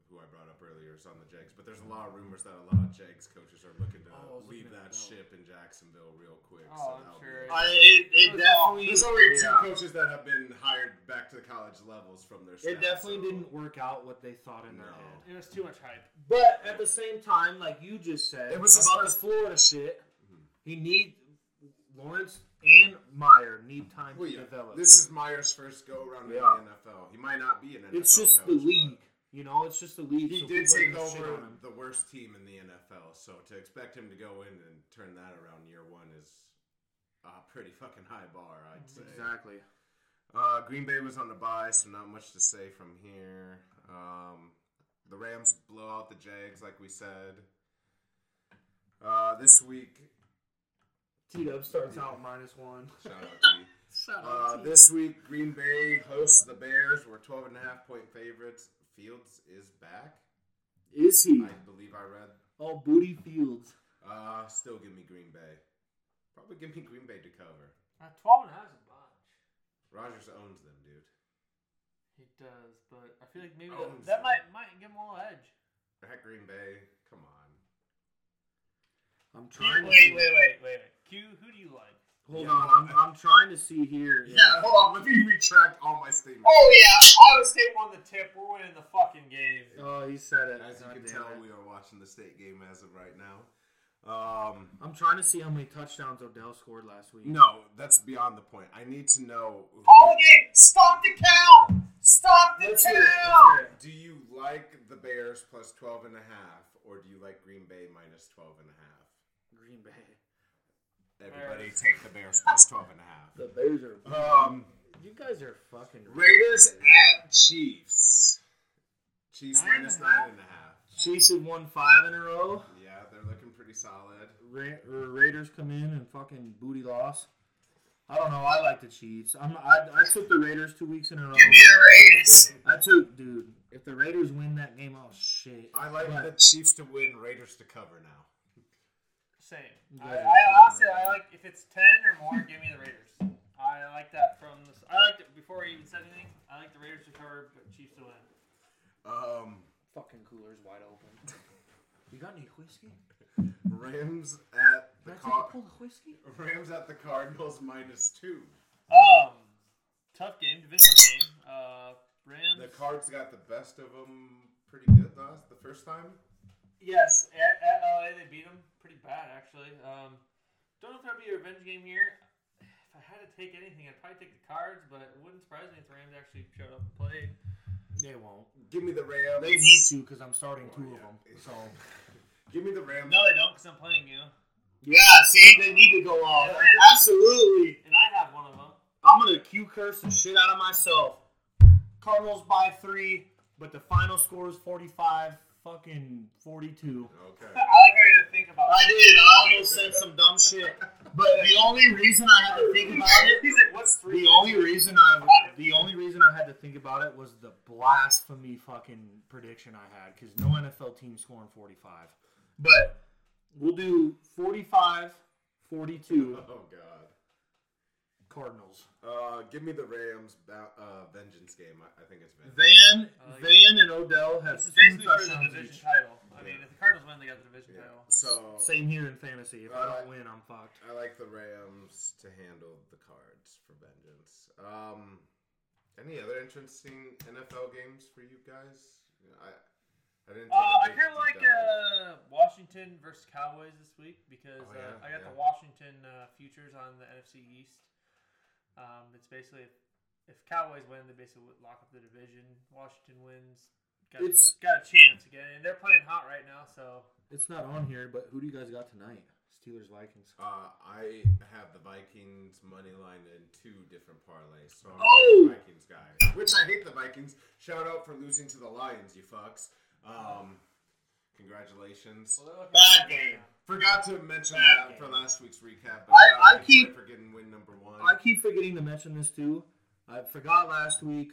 who I brought up earlier, is on the Jags. But there's a lot of rumors that a lot of Jags coaches are looking to
Oh, I was
leave
looking at
that
that.
ship in Jacksonville real quick.
Oh, I'm
that'll be-
sure.
I, it, it
It was
definitely.
There's already
yeah.
two coaches that have been hired back to the college levels from their.
It
staff,
definitely
so-
didn't work out what they thought in their
No.
head.
It was too much hype.
But at the same time, like you just said,
It was his
about
first-
the Florida shit.
Mhm.
He need Lawrence and Meyer need time
Well,
to
yeah,
develop.
This is Meyer's first go around in
Yeah.
the NFL. He might not be an NFL.
it's just
coach,
the
but
league, you know. It's just the league.
He
so
did
people are
take
gonna shit
over
on him.
the worst team in the NFL, so to expect him to go in and turn that around year one is a pretty fucking high bar, I'd say.
Exactly.
Uh, Green Bay was on the bye, so not much to say from here. Um, the Rams blow out the Jags, like we said. Uh, this week,
T Dub starts out minus one.
shout out to you. Uh, this week, Green Bay hosts the Bears. We're 12 and a half point favorites. Fields is back.
Is he?
I believe I read.
Oh, booty fields.
Uh, still give me Green Bay. Probably give me Green Bay to cover.
Uh, 12 and a half is a bunch.
Rogers owns them, dude.
He does, but I feel like maybe
Oh,
that, that
so-
might might give him a little edge.
At Green Bay, come on.
I'm
Wait,
trying to
wait,
see.
wait, wait, wait. Q, who do you like?
Hold
Yeah.
on, I'm, I'm trying to see here.
hold on. Let me retract all my statements.
Oh yeah, Iowa State won the tip. We're winning the fucking game.
Oh, he said it.
As you
God
can
damn
tell,
it.
we are watching the state game as of right now. Um,
I'm trying to see how many touchdowns Odell scored last week.
no, that's beyond the point. I need to know.
Call the game. Stop the count. Stop the count.
Do you like the Bears plus 12 and a half, or do you like Green Bay minus 12 and a half?
Green Bay.
Everybody
Bears.
take the Bears plus 12 and a
The Bears are.
half. Um,
You guys are fucking.
Raiders at Chiefs. Chiefs
Nine and
minus
a
nine and a half.
Chiefs have won five in a row.
Yeah, they're looking pretty solid.
Ra- or Raiders come in and fucking booty loss. I don't know. I like the Chiefs. I'm, I, I took the Raiders two weeks in a row.
Raiders.
I took, dude. If the Raiders win that game, oh shit.
I like
But-
the Chiefs to win, Raiders to cover now.
Same.
You
I,
guys
I
are fucking
honestly, I like if it's ten or more, give me the Raiders. I like that from this. I liked it before I even said anything. I like the Raiders to cover, but Chiefs to win.
Um,
Fucking cooler's wide open. You got any whiskey?
Rams at the
Can I take a
Car-
pull of whiskey?
Rams at the Cardinals minus two.
Um, tough game, divisional game. Uh, Rams.
The Cards got the best of them pretty good last the first time.
Yes, at, at LA they beat them pretty bad actually. Um, don't know if there'll be a revenge game here. If I had to take anything, I'd probably take the Cards, but it wouldn't surprise me if the Rams actually showed up and played.
They won't.
Give me the Rams.
They need to because I'm starting two of them. So
Give me the Rams.
No, they don't, because I'm playing you,
yeah, see, they need to go off. Absolutely.
and I have one of them.
I'm gonna Q curse the shit out of myself. Cardinals by three, but the final score is 45, fucking 42.
Okay.
I like how you think about.
I did. I almost said some dumb shit, but the only reason I had to think about it,
He's like, what's three?
the only reason I, the only reason I had to think about it was the blasphemy fucking prediction I had because no NFL team scoring 45. But we'll do 45, 42
Oh God.
Cardinals.
Uh, give me the Rams. bou- Uh, vengeance game. I, I think it's vengeance.
Van,
like
Van, and Odell have
Uh, This is
two
basically for the
touchdowns
division
each.
title. I mean, if the Cardinals win, they got the division
Yeah.
title.
So
Same here in fantasy. If I don't win, I'm fucked.
I like the Rams to handle the cards for vengeance. Um, any other interesting NFL games for you guys? I, I didn't. take a
Uh, I
big
kind of
deep
like
dive.
uh, Washington versus Cowboys this week because
Oh, yeah,
uh, I got
yeah.
the Washington uh, futures on the NFC East. Um, it's basically if, if Cowboys win, they basically would lock up the division. Washington wins, got,
It's-
got a chance again, and they're playing hot right now. So
It's not on here, but who do you guys got tonight? Steelers Vikings.
Uh, I have the Vikings money line in two different parlays, so I'm
Oh!
a Vikings guy. Which I hate the Vikings. Shout out for losing to the Lions, you fucks. Um, congratulations.
Bad game.
Forgot to mention
Bad
that for
game.
last week's recap.
I-
shout
I
out to
keep-
Detroit for getting win number one.
I keep forgetting to mention this too. I forgot last week.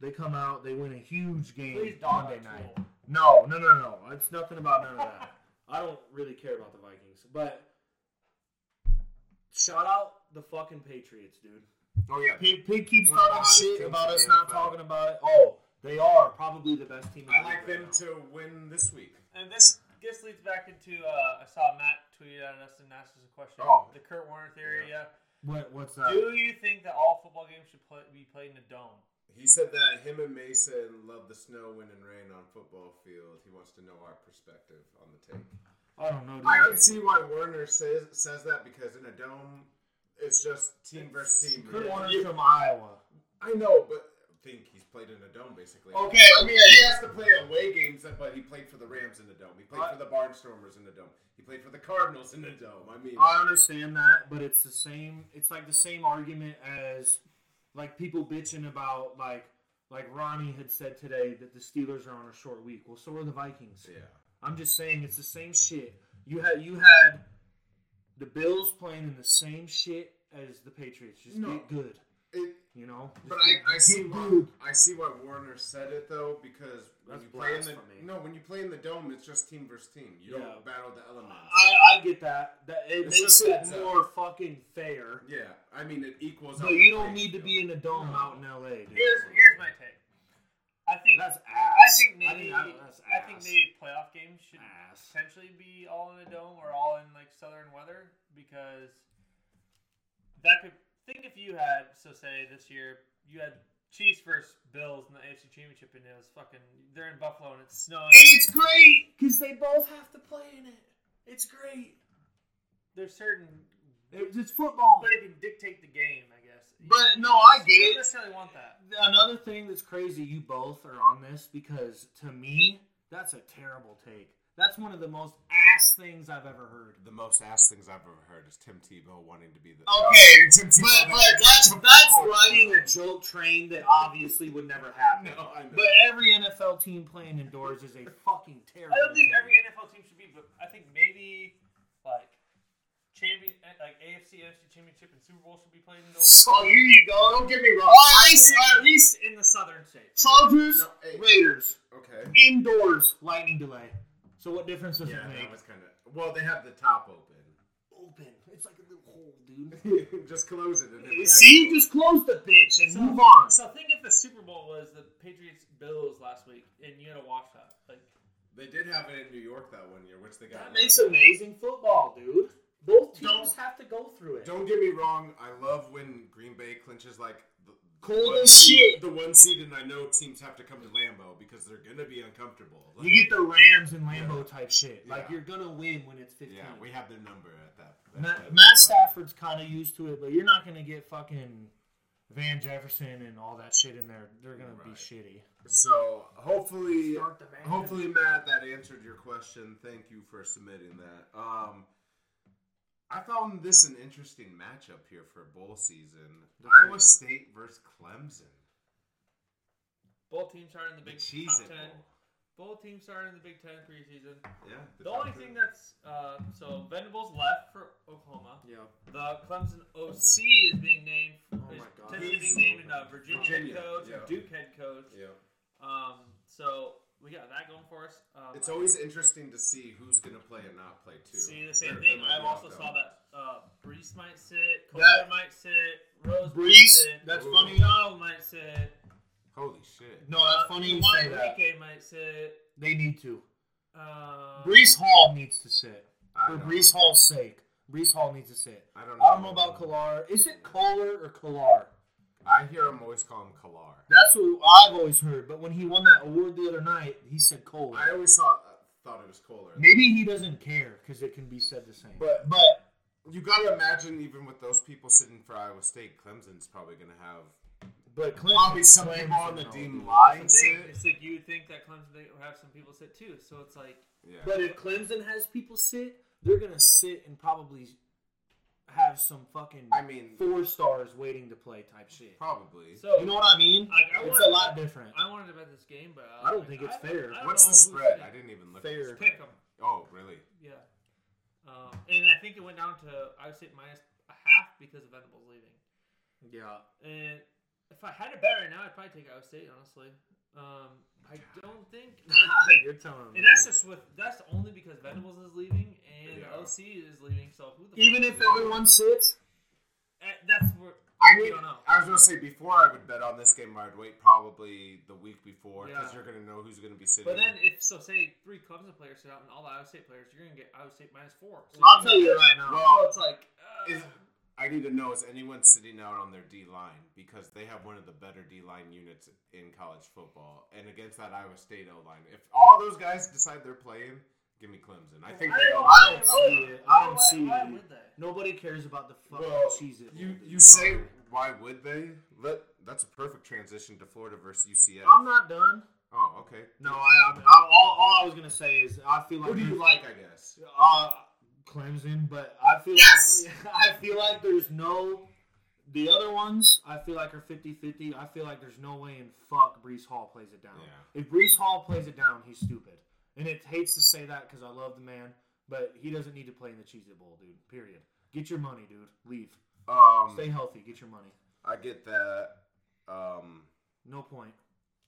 They come out, they win a huge game
Please don't
Monday
let
night. No, no, no, no. It's nothing about none of that. I don't really care about the Vikings, but shout out the fucking Patriots, dude.
oh yeah,
Pig, Pig keeps
One of the
talking
hottest
shit
teams
about
in
us
the
not
NFL.
talking about it. Oh, they are probably the best team. in
I
the
like
league
them
right now.
to win this week.
And this this leads back into uh, I saw Matt tweet at us and asked us a question.
Oh.
The Kurt Warner theory. Yeah.
What, what's that?
Do you think that all football games should play, be played in a dome?
He said that him and Mason love the snow, wind, and rain on football field. He wants to know our perspective on the take.
I don't know. Dude.
I can see why Werner says says that because in a dome, it's just team versus team.
Kurt
Yeah.
Warner's from Iowa.
I know, but I think he's played in a dome basically.
Okay,
I
let
mean,
me
he has to play away games, but he played for the Rams in a dome. He played for the Barnstormers in a dome. He played for the Cardinals in a dome. I mean,
I understand that, but it's the same. It's like the same argument as like people bitching about like like Ronnie had said today that the Steelers are on a short week. Well, so are the Vikings.
yeah.
I'm just saying it's the same shit. You had you had the Bills playing in the same shit as the Patriots. Just
No.
get good,
It,
you know.
but I,
Just
I
get
see why
good.
I see why Warner said it though because when
That's
you play in the
blasphemy.
no when you play in the dome it's just team versus team. You
Yeah.
don't battle the elements.
I, I get that. That it
It's
makes
just
it
that-
more fucking fair.
yeah, I mean it equals. out
But
the
you don't
playing
need
field.
to be in the dome out in LA. Dude.
Here's here's my take. I think
That's ass.
I think maybe I,
that- that's
think
ass.
maybe playoff games should
ass.
potentially be all in a dome or all in like southern weather because that could think if you had so say this year you had Chiefs versus Bills in the AFC Championship and it was fucking they're in Buffalo and it's snowing.
It's great because they both have to play in it. It's great.
There's certain
It's, it's football.
but it can dictate the game, I guess. You
But no, I get
don't
it.
necessarily want that.
Another thing that's crazy, you both are on this because to me, that's a terrible take. That's one of the most ass things I've ever heard.
The most ass things I've ever heard is Tim Tebow wanting to be
Oh,
the.
Okay,
Tim Tebow.
But, but that's that's riding a joke train that obviously would never happen.
no, I know.
But every NFL team playing indoors is a fucking terrible.
I don't think
take.
every NFL team should be, but I think maybe like champion, eh, like AFC, NFC Championship, and Super Bowl should be played indoors.
Oh,
So here you go. Don't get me wrong. I think
At least in the southern states.
Chargers,
No, hey.
Raiders,
okay.
indoors, lightning delay. So what difference does
Yeah,
it make?
that was kind of. Well, they have the top open.
Open. It's like a little hole, dude.
just close it. And it-
See, just close the bitch and move on.
So think if the Super Bowl was the Patriots Bills last week, and you had to watch that. Like
They did have it in New York that one year, which they got.
That makes amazing football, dude. Both teams
Don't-
have to go through it.
Don't get me wrong. I love when Green Bay clinches like the
Cold
one
as
seed-
shit.
The one seed, and I know teams have to come to Lambeau because they're gonna be uncomfortable. Like,
You get the Rams and Lambo type shit. Like
Yeah.
you're gonna win when it's 15.
yeah, we have their number at that. at
Matt,
that-
Matt Stafford's kind of used to it, but you're not gonna get fucking Van Jefferson and all that shit in there. They're gonna be
Right.
shitty.
So hopefully,
Start the man.
hopefully, Matt, that answered your question. Thank you for submitting that. Um, I found this an interesting matchup here for bowl season. Iowa State versus Clemson.
both teams are in the
The
Big
Cheez
Top
It
Ten.
Bowl.
Both teams are in the Big Ten preseason.
Yeah.
The only
top three.
thing that's uh, so Venables left for Oklahoma.
Yeah.
The Clemson OC is being named.
Oh
my
is
God.
potentially
He's-
being named in uh, Virginia,
Virginia,
head coach
yeah.
or Duke head coach.
Yeah.
Um, so we got that going for us. Um,
It's
I
always interesting to see who's going to play and not play too.
see the same
There- there
thing.
might
I've
be
also
out
saw
there.
that uh, Brees might sit, Colbert
That-
might sit, Rose might
Brees,
sit,
that's
Ooh.
funny.
Donald might sit,
Holy shit.
No, that's funny you say that.
Enrique might sit.
They need to.
Um,
Brees Hall needs to sit.
I
For
don't-
Brees Hall's sake, Brees Hall needs to sit.
I don't know.
I don't know about Kolar. Is it Kohler or Kolar?
I hear him always call him Kalar.
That's what I've always heard. But when he won that award the other night, he said Kohler.
I always thought thought it was Kohler.
Maybe he doesn't care because it can be said the same.
But
But
you gotta imagine, even with those people sitting for Iowa State, Clemson's probably gonna have
but Clinton
probably some people on the dean line.
That's the thing.
sit.
It's like you would think that Clemson they would have some people sit too. So it's like
Yeah.
But if Clemson has people sit, they're gonna sit and probably have some fucking
I mean,
four stars waiting to play type shit.
probably.
so.
You know what I mean?
like, I
it's
wanna-
a lot different.
I wanted to bet this game, but uh,
I don't think it's fair.
What's the spread? I didn't even look. at the
Fair.
spread.
Pick 'em.
Oh, really?
Yeah. Um, and I think it went down to Iowa State minus a half because of Venables leaving.
Yeah.
And if I had a bet right now, I'd probably take Iowa State. Honestly, um, I don't think.
You're telling
And that's just with that's only because Venables is leaving and
Yeah.
OC is leaving. So who the
even
fuck
if everyone sits,
Eh, that's where
I
we
mean,
don't know.
I was gonna say before I would bet on this game, I'd wait probably the week before because
Yeah.
you're gonna know who's gonna be sitting.
But then if so, say three Clemson players sit out and all the Iowa State players, you're gonna get Iowa State minus four. So
I'll tell you right now.
well,
it's like uh,
is, I need to know is anyone sitting out on their D line because they have one of the better D line units in college football, and against that Iowa State O line, if all those guys decide they're playing, give me Clemson. I think they all.
I don't see it. I don't
uh, why-
see
why
it.
would they?
Nobody cares about the fucking
Well,
cheese it.
You
Bowl,
you
dude.
say why would they? Let that's a perfect transition to Florida versus UCF.
I'm not done.
oh, okay.
No, I, I, I all, all I was gonna say is I feel like
Who do you
there's-
like? I guess.
uh, Clemson, but I feel I feel like there's no the other ones I feel like are 50-50. I feel like there's no way in fuck Brees Hall plays it down.
Yeah.
If Brees Hall plays it down, he's stupid. And it hates to say that because I love the man, but he doesn't need to play in the Cheez It Bowl, dude. Period. Get your money, dude. Leave.
Um,
Stay healthy. Get your money.
I get that. Um,
No point.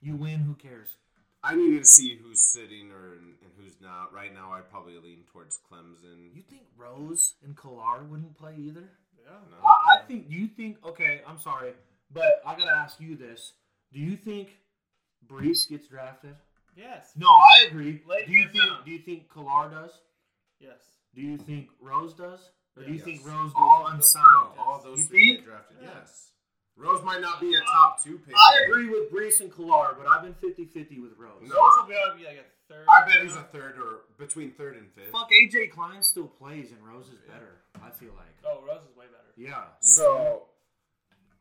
You win. Who cares?
I needed to see who's sitting or and who's not. Right now, I probably lean towards Clemson.
You think Rose and Kalar wouldn't play either?
No.
I, I think. Do you think? Okay, I'm sorry, but I gotta ask you this: Do you think Brees gets drafted?
Yes.
No, I agree.
Late
do you
first
think?
round.
Do you think Kalar does?
Yes.
Do you think Rose does? Or do you
Yes.
think Rose goes
all
unsigned?
no, all those
You
three
think?
get drafted.
Yeah.
Yes. Rose might not be a top two pick.
I agree with Brees and Kalar, but I've been 50-50 with Rose.
No.
So this will be able to be like a third.
I bet he's a third or between third and fifth.
Fuck, AJ Klein still plays, and Rose is better. I feel like.
Oh, Rose is way better.
Yeah.
So,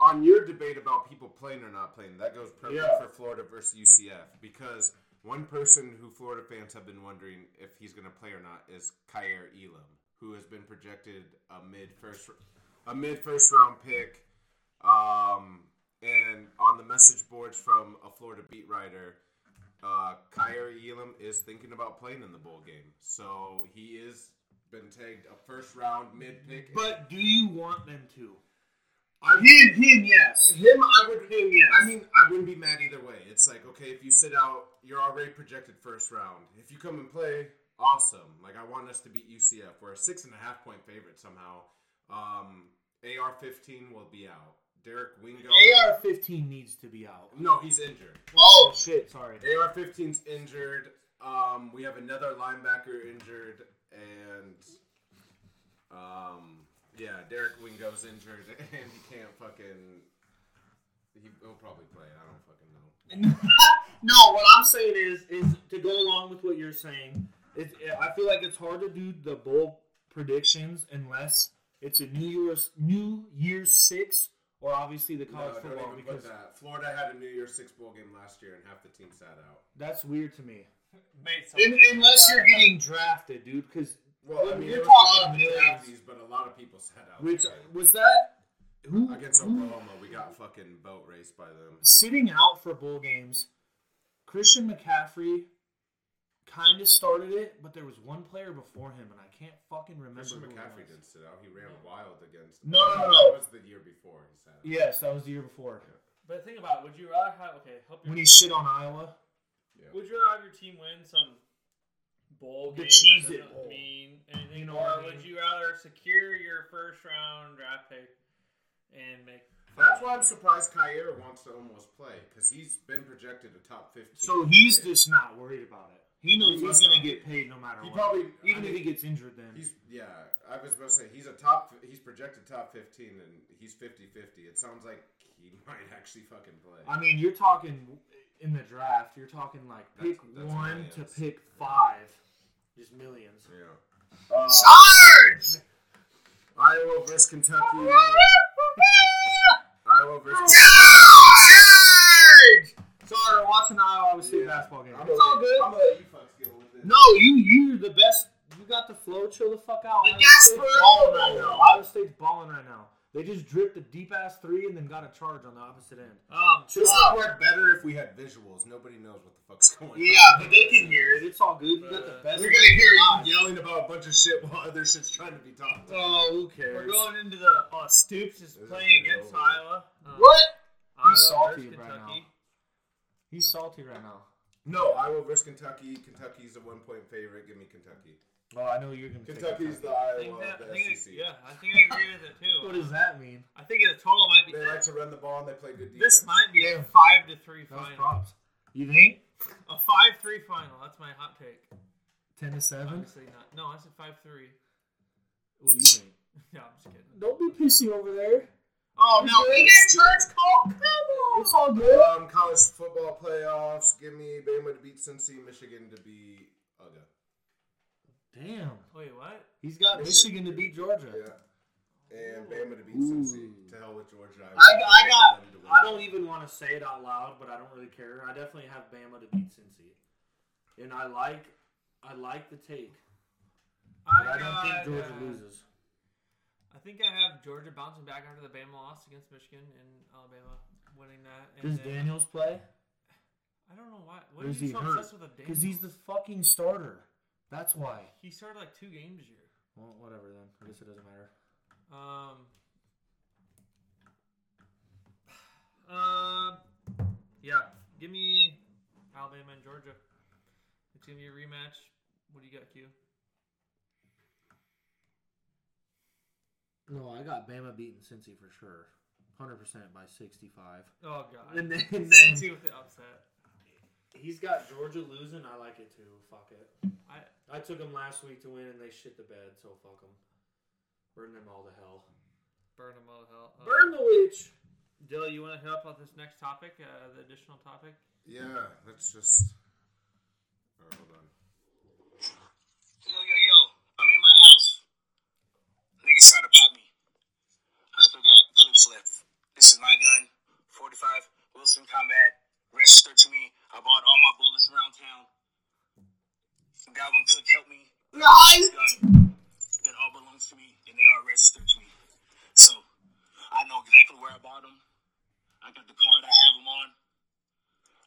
on your debate about people playing or not playing, that goes perfect
Yeah.
for Florida versus UCF because one person who Florida fans have been wondering if he's going to play or not is Kyer Elam, who has been projected a mid first a mid first round pick. Um, and on the message boards from a Florida beat writer, uh, Kyer Elam is thinking about playing in the bowl game, so he is been tagged a first round mid pick.
But do you want them to?
Him, him, yes.
Him, I would.
Him, yes.
I mean, I wouldn't be mad either way. It's like, okay, if you sit out, you're already projected first round. If you come and play, awesome. Like, I want us to beat UCF. We're a six and a half point favorite somehow. Um, AR 15 will be out. Derek Wingo.
AR fifteen needs to be out.
no, he's injured.
Oh shit! Sorry.
AR 15's injured. Um, we have another linebacker injured. And, um, yeah, Derek Wingo's injured. And he can't fucking. he- He'll probably play. I don't fucking know.
No, what I'm saying is, is to go along with what you're saying. It, I feel like it's hard to do the bowl predictions unless it's a New Year's New Year's Six or obviously the college
no,
football
don't even
because
put that. Florida had a New Year's Six bowl game last year, and half the team sat out.
that's weird to me.
Made some.
Un unless you're getting drafted, dude. Because
Well,
Well,
I mean,
you're
there was a lot of
talking millions.
draftees, but a lot of people sat out.
which
there.
was that who
against
who-
Oklahoma, we got fucking boat raced by them.
sitting out for bowl games, Christian McCaffrey kind of started it, but there was one player before him, and I can't fucking remember.
Christian
who it
McCaffrey
was.
didn't sit out. He ran wild against.
No, no, no, no.
That was the year before he sat out.
Yes, that was the year before
But think about it. Would you rather have okay? Help your
when he shit on Iowa.
Would you rather have your team win some bowl
The
game?
Cheez-It
that doesn't
Bowl.
mean anything,
You know
or
what I
would
mean.
you rather secure your first round draft pick and make?
That's why I'm surprised Kyer wants to almost play because he's been projected a top 15.
So he's
pick.
just not worried about it. He knows
He
he's
must
gonna
not.
get paid no matter
He
what.
probably
Even
I
if
mean,
he gets injured, then
He's yeah. I was about to say he's a top. He's projected top fifteen, and he's 50-50. It sounds like he might actually fucking play.
I mean, you're talking in the draft. You're talking like
That's-
pick
that's
one to
millions.
pick five, just millions.
yeah. Uh, Iowa versus Kentucky. Iowa versus
Sorry, watching the Iowa State
Yeah.
basketball game.
I'm
It's
gonna
all
let-
good.
I'm gonna let you fucks get with it.
No, you you're the best. You got the flow. Chill the fuck out. Iowa State's balling right now. Iowa State's balling right now. They just dripped a deep ass three and then got a charge on the opposite end.
Um,
This would work better if we had visuals. Nobody knows what the fuck's going on.
but they can hear it. It's all good. You got the
Uh,
best.
We're gonna hear you yelling about a bunch of shit while other shit's trying to be talked about.
Oh, who
we're
cares?
going into the uh, Stoops is
This is gonna
playing
be
against
over.
Iowa. Um,
What?
Iowa
salty
versus
right now.
Kentucky.
He's salty right now.
No, Iowa versus Kentucky. Kentucky's a one point favorite. Give me Kentucky.
Oh, I know you're gonna. take
Kentucky's the
Kentucky.
I
Iowa
think that,
of
I
the E
think I,
SEC.
yeah, I think I agree with it too.
E What does that mean?
I think the total might be
They like to run the ball and they play good defense.
this might be a five to three
That was
final.
props. You think
A five three final. That's my hot take.
ten to seven?
Obviously not. No, I said five three.
What do you think?
Yeah, I'm just kidding.
Don't be pissy over there.
Oh no, we get church call.
It's all good.
um, college football playoffs. Give me Bama to beat Cincy, Michigan to beat Ugga.
Damn,
Wait, what?
he's got Michigan to beat Georgia.
Yeah. And Bama to beat
Ooh.
Cincy. To hell with Georgia.
I, I got.
Them to win.
I don't even want to say it out loud, but I don't really care. I definitely have Bama to beat Cincy, and I like, I like the take. But I, don't think
got,
Georgia
uh,
loses.
I think I have Georgia bouncing back after the Bama loss against Michigan and Alabama winning that. And
Does
then,
Daniels play?
I don't know why.
Or
What
is
is he
he
so
hurt?
obsessed with a
Because he's the fucking starter. That's why.
He started like two games this year.
Well, whatever then. I guess it doesn't matter.
Um. Um. yeah, give me Alabama and Georgia. It's gonna be a rematch. What do you got, Q?
No, I got Bama beating Cincy for sure. 100% by 65.
Oh God,
And then, and then
Cincy with the upset.
he's got Georgia losing. I like it too. Fuck it.
I-
I took him last week to win, and they shit the bed. So fuck them. Burn them all to hell.
Burn them all to hell. Uh,
Burn the witch.
Dill, you want to hit up on this next topic, uh, the additional topic?
Yeah, let's just. All right, hold on.
Yo, yo, yo, I'm in my house. Niggas try to pop me. I still got clips left. This is my gun, 45 Wilson Combat, registered to me. I bought all my bullets around town. Goblin Cook helped me. This gun, it all belongs to me, and they all registered to me. So, I know exactly where I bought them. I got the card I have them on.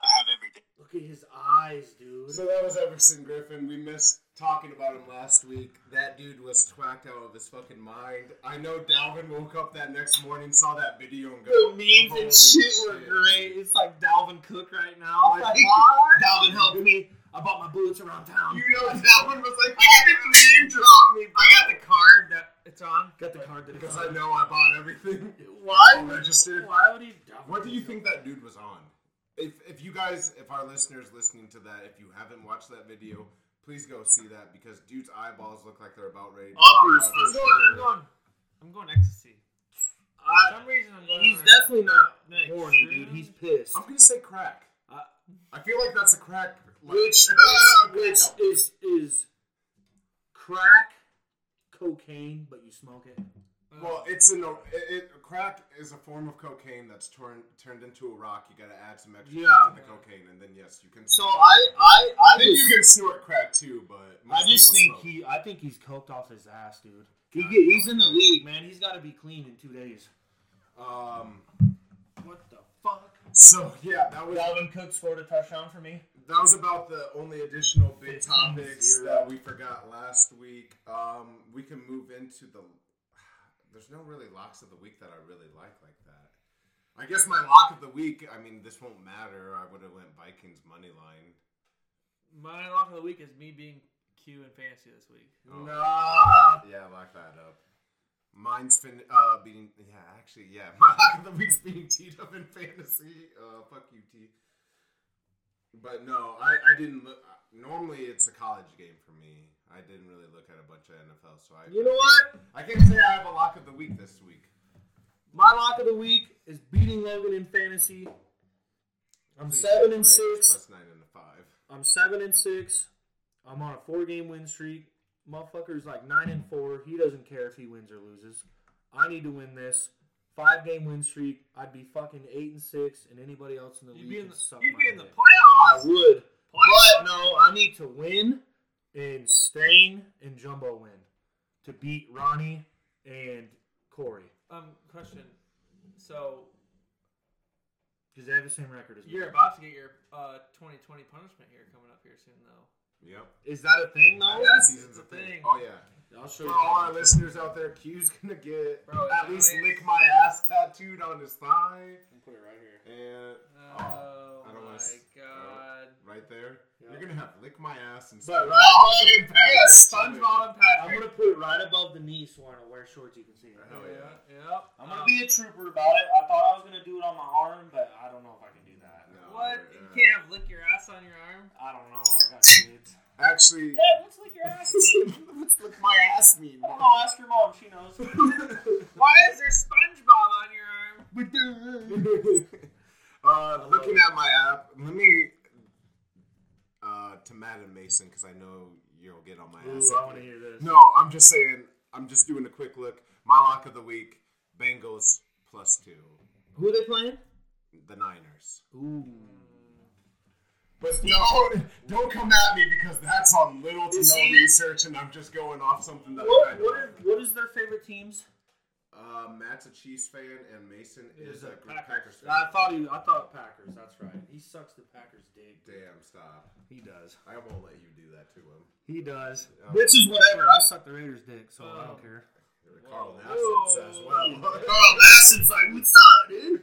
I have everything.
Look at his eyes, dude.
So that was Everson Griffin. We missed talking about him last week. That dude was twacked out of his fucking mind. I know Dalvin woke up that next morning, saw that video, and go.
memes
Holy
and shit were
shit.
great. It's like Dalvin Cook right now.
Like,
Like, Dalvin helped me. I bought my bullets around town.
You know, Dalvin was like, I got the name drop me,
I got the card that it's on.
Got the card that
Because I know I bought everything.
Why?
Registered.
Why would he? Dalvin
What do you
Cook?
think that dude was on? If if you guys, if our listeners listening to that, if you haven't watched that video, please go see that because dude's eyeballs look like they're about ready. to
Uppers for
I'm going. I'm going, I'm going ecstasy. For
I,
some reason, I'm going.
he's
on
definitely not
Nice.
horny, dude. He's pissed.
I'm gonna say crack.
I-
I feel like that's a crack. Like,
which which is is crack cocaine but you smoke it
Well, it's an it, it, crack is a form of cocaine that's turned turned into a rock. You gotta add some extra
Yeah.
to the cocaine, and then yes, you can.
so i i i
I think
just,
you can snort crack too, but
I
most
just
people
think
smoke.
he i think he's coked off his ass dude he get, he's in the league man he's got to be clean in two days
Um.
what the fuck
So yeah, that was
dalvin cook scored a touchdown for me
that was about the only additional big topics
zero.
that we forgot last week. Um, we can move into the. There's no really locks of the week that I really like like that. I guess my lock of the week. I mean, this won't matter. I would have went Vikings money line.
My lock of the week is me being Q in fantasy this week.
Oh.
nah.
Yeah, lock that up. Mine's fin uh beating yeah, actually yeah. My lock of the week's being teed up in fantasy. Uh fuck you T. But no, I, I didn't look normally it's a college game for me. I didn't really look at a bunch of NFL, so I
you know what
I can't say I have a lock of the week this week.
My lock of the week is beating Logan in fantasy. I'm seven and six.
Plus nine and a five.
I'm seven and six. I'm on a four game win streak. Motherfucker's like nine and four. He doesn't care if he wins or loses. I need to win this. Five game win streak. I'd be fucking eight and six, and anybody else in the
You'd
league
be in
can
the,
suck
you'd
my
be in the
dick.
playoffs.
I would,
Playoffs.
but no, I need to win and Stain and Jumbo win to beat Ronnie and Corey
Um, question. So
because they have the same record as me.
you're about to get your uh 2020 punishment here coming up here soon, though.
Yep.
Is that a thing though?
Yes, season's a
the
thing.
thing.
Oh yeah.
I'll show
For
you.
all our listeners out there, Q's gonna get
Bro,
at least
it's nice.
lick my ass tattooed on his thigh.
Put it right here.
And
Oh,
I don't wanna
my
s-
god.
right there, you're gonna have lick my ass and
But
stuff.
right,
SpongeBob and Patrick.
I'm gonna put it right above the knee so I don't wear shorts. You can see it.
Hell yeah.
Yep. Uh,
I'm gonna be a trooper about it. I thought I was gonna do it on my arm, but I don't know if I can do that.
No,
What?
we're-
You
uh,
can't have lick your ass on your arm?
I don't know. I got kids.
Actually,
Dad, what's like your ass?
what's lick my ass mean?
I don't know. Ask your mom. She knows.
Why is there SpongeBob on your arm?
uh, looking at my app, let me uh, to Matt and Mason because I know you'll get on my ass.
Ooh, I want to hear this.
No, I'm just saying. I'm just doing a quick look. My lock of the week: Bengals plus two,
Who are they playing?
the Niners.
Ooh.
But don't don't come at me because that's on little to no research, and I'm just going off something that. I
What,
kinda
what, are,
know.
what is their favorite teams?
Uh, Matt's a Chiefs fan, and Mason is, a Packers, fan.
I thought he. I thought Packers. That's right. He sucks the Packers dick.
Damn, stop!
He does.
I won't let you do that to him.
He does.
Um,
Which is whatever. I suck the Raiders dick, so I
Um,
don't care.
Carl
Whoa.
Nassib as well.
Oh, Madison's like, what's up, dude?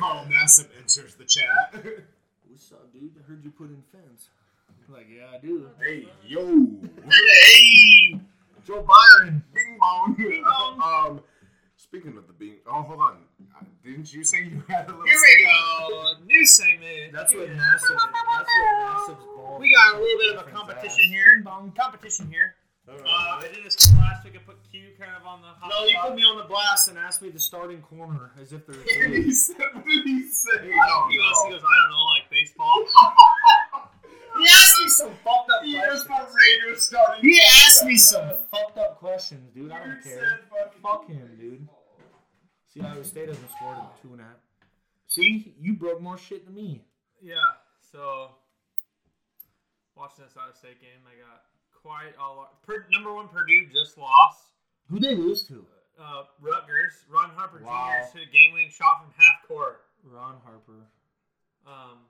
Carl Nassib enters the chat.
What's up, dude? I heard you put in fence. Like, yeah, I do.
hey yo,
Hey, Joe Byron.
Bing bong. um, speaking of the bing, oh hold on, Uh, didn't you say you had a little?
Here we go. New segment.
That's what massive. That's what massive's ball.
We got a little bit of a competition here. Competition here.
All
Uh,
right.
I did this last week. I put Q kind of on the hot
No, you
spot.
put me on the blast and asked me the starting corner as if there's.
he said, what did he say?
I don't, he honestly goes, I don't know, like baseball.
He asked me some fucked up
Here's
questions.
my Raiders starting.
He asked me some fucked up questions, dude. I don't care. Fuck him, dude. See, Iowa State hasn't scored in two and a half. See, you broke more shit than me.
Yeah. So watching this Iowa State game, I got quite a lot. Per, number one, Purdue just lost.
Who they lose to?
Uh, Rutgers. Ron Harper
Wow.
Jr. hit a game-winning shot from half court.
Ron Harper.
Um,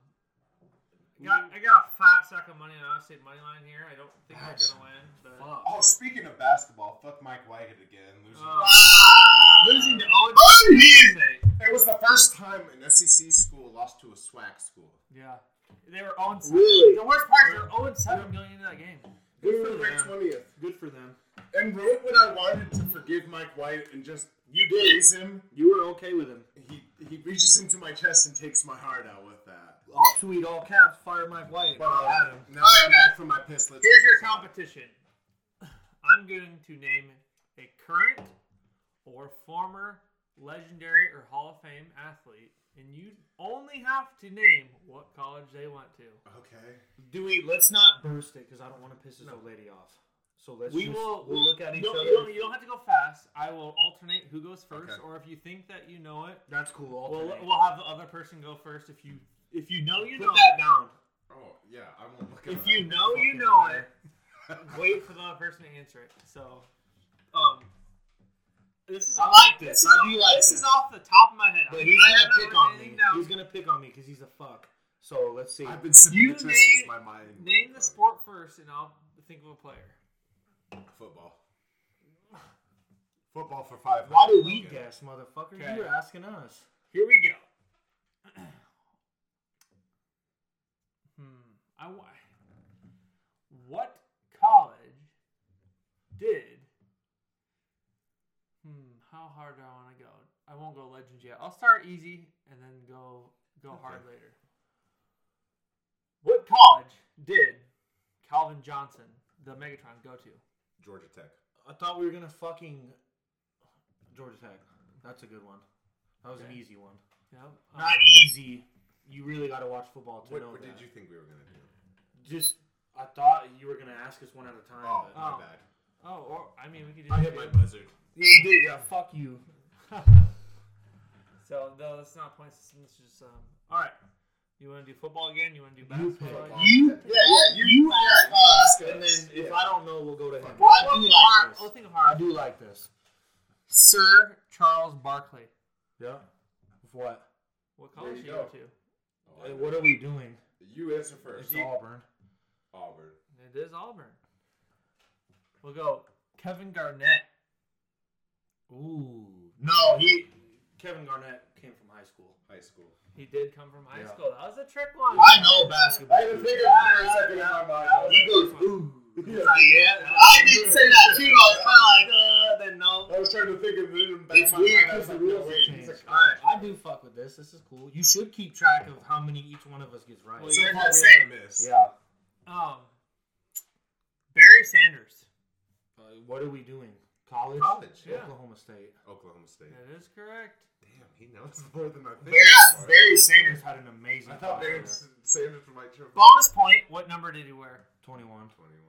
I got I got a fat sack of money on Iowa State money line here. I don't think they're
That's
gonna win, but
Fuck.
Oh, speaking of basketball, fuck Mike Whitehead again. Losing.
Uh,
Losing to Owen
Oh,
State.
it was the first time an SEC school lost to a SWAC school.
yeah, they were 0 7.
Really?
The worst part is they're 0 7 going into that game.
Good for their twentieth.
Good for them.
And wrote what I wanted to forgive Mike White and just you did raise him.
You were okay with him.
He he reaches into my chest and takes my heart out with that.
All tweet, all caps, fire Mike White.
But uh, now I'm back from my piss. Let's
Here's your competition.
I'm going to name a current or former legendary or Hall of Fame athlete, and you only have to name what college they went to.
Okay.
Do we? Let's not burst it because I don't want to piss this old lady off. So let's.
We
just-
will-
We'll look at each
No,
other.
you don't, you don't have to go fast. I will alternate who goes first,
Okay.
or if you think that you know it,
That's cool.
we'll,
alternate.
we'll have the other person go first. If you if you know, you
Put
know.
that down.
Oh yeah, I won't look at
If
that.
you know, you know it. Wait for the other person to answer it. So, um, this is
I
off,
like this. I do like
this
this.
is off the top of my head.
but
I'm-
he's
I
gonna
haven't
pick
written
on
anything
me.
down.
He's gonna pick on me because he's a fuck. So let's see.
I've been sipping
You
the twist since
name-
my mind.
Name the sport first, and I'll think of a player.
Football. Football for five.
Why do we
Okay.
guess, motherfucker?
Okay.
You're asking us.
Here we go. hmm. I wa- What college did? Hmm. How hard do I want to go? I won't go legends yet. I'll start easy and then go go hard later. What college did Calvin Johnson, the Megatron, go to?
Georgia Tech.
I thought we were gonna fucking Georgia Tech. That's a good one. That was an easy one.
Yeah.
Not easy. You really got to watch football to
What,
know
what
that.
did you think we were going to do?
Just, I thought you were gonna ask us one at a time.
Oh,
but-
my
Oh.
bad.
Oh, or I mean, we could just.
I hit my buzzer.
uh, Yeah, you did. Yeah, fuck you.
So no, that's not point system. It's just um. All right. You want to do football again? You want to do basketball? again?
You? Yeah, yeah, you, you asked
And then if I don't know, we'll go to him.
Fuck.
I do like this.
I'll Oh, think of
I
hard.
do like this.
Sir Charles Barkley.
Yeah. What?
There
What college
you
did you go
go.
to?
Uh, What are we doing?
Oh, You answer first.
It's Auburn.
Auburn.
It is Auburn. We'll go Kevin Garnett.
Ooh. No, he. Kevin Garnett came from high school.
High school.
He did come from high
Yeah.
school. That was a trick one.
I know basketball.
for a second in my mind.
He goes, ooh. yeah. I did say that too. I was kind of like, uh, then no.
I was trying to think of it. and back
It's
my
weird
mind, I
'cause
was
the
like,
rules
wait,
have
he's
changed.
like, "Oh,
All right, I do fuck with this. This is cool. You should keep track of how many each one of us gets right.
Well,
So
you're
far,
not
we're gonna miss.
yeah.
Um, Barry Sanders.
Uh, what are we doing? College?
College, yeah.
Oklahoma State.
Oklahoma State.
That is correct.
Damn, he knows more than I think.
Barry Sanders had an amazing.
I thought
career.
Barry Sanders from like Trump.
Bonus point. What number did he wear?
21.
21.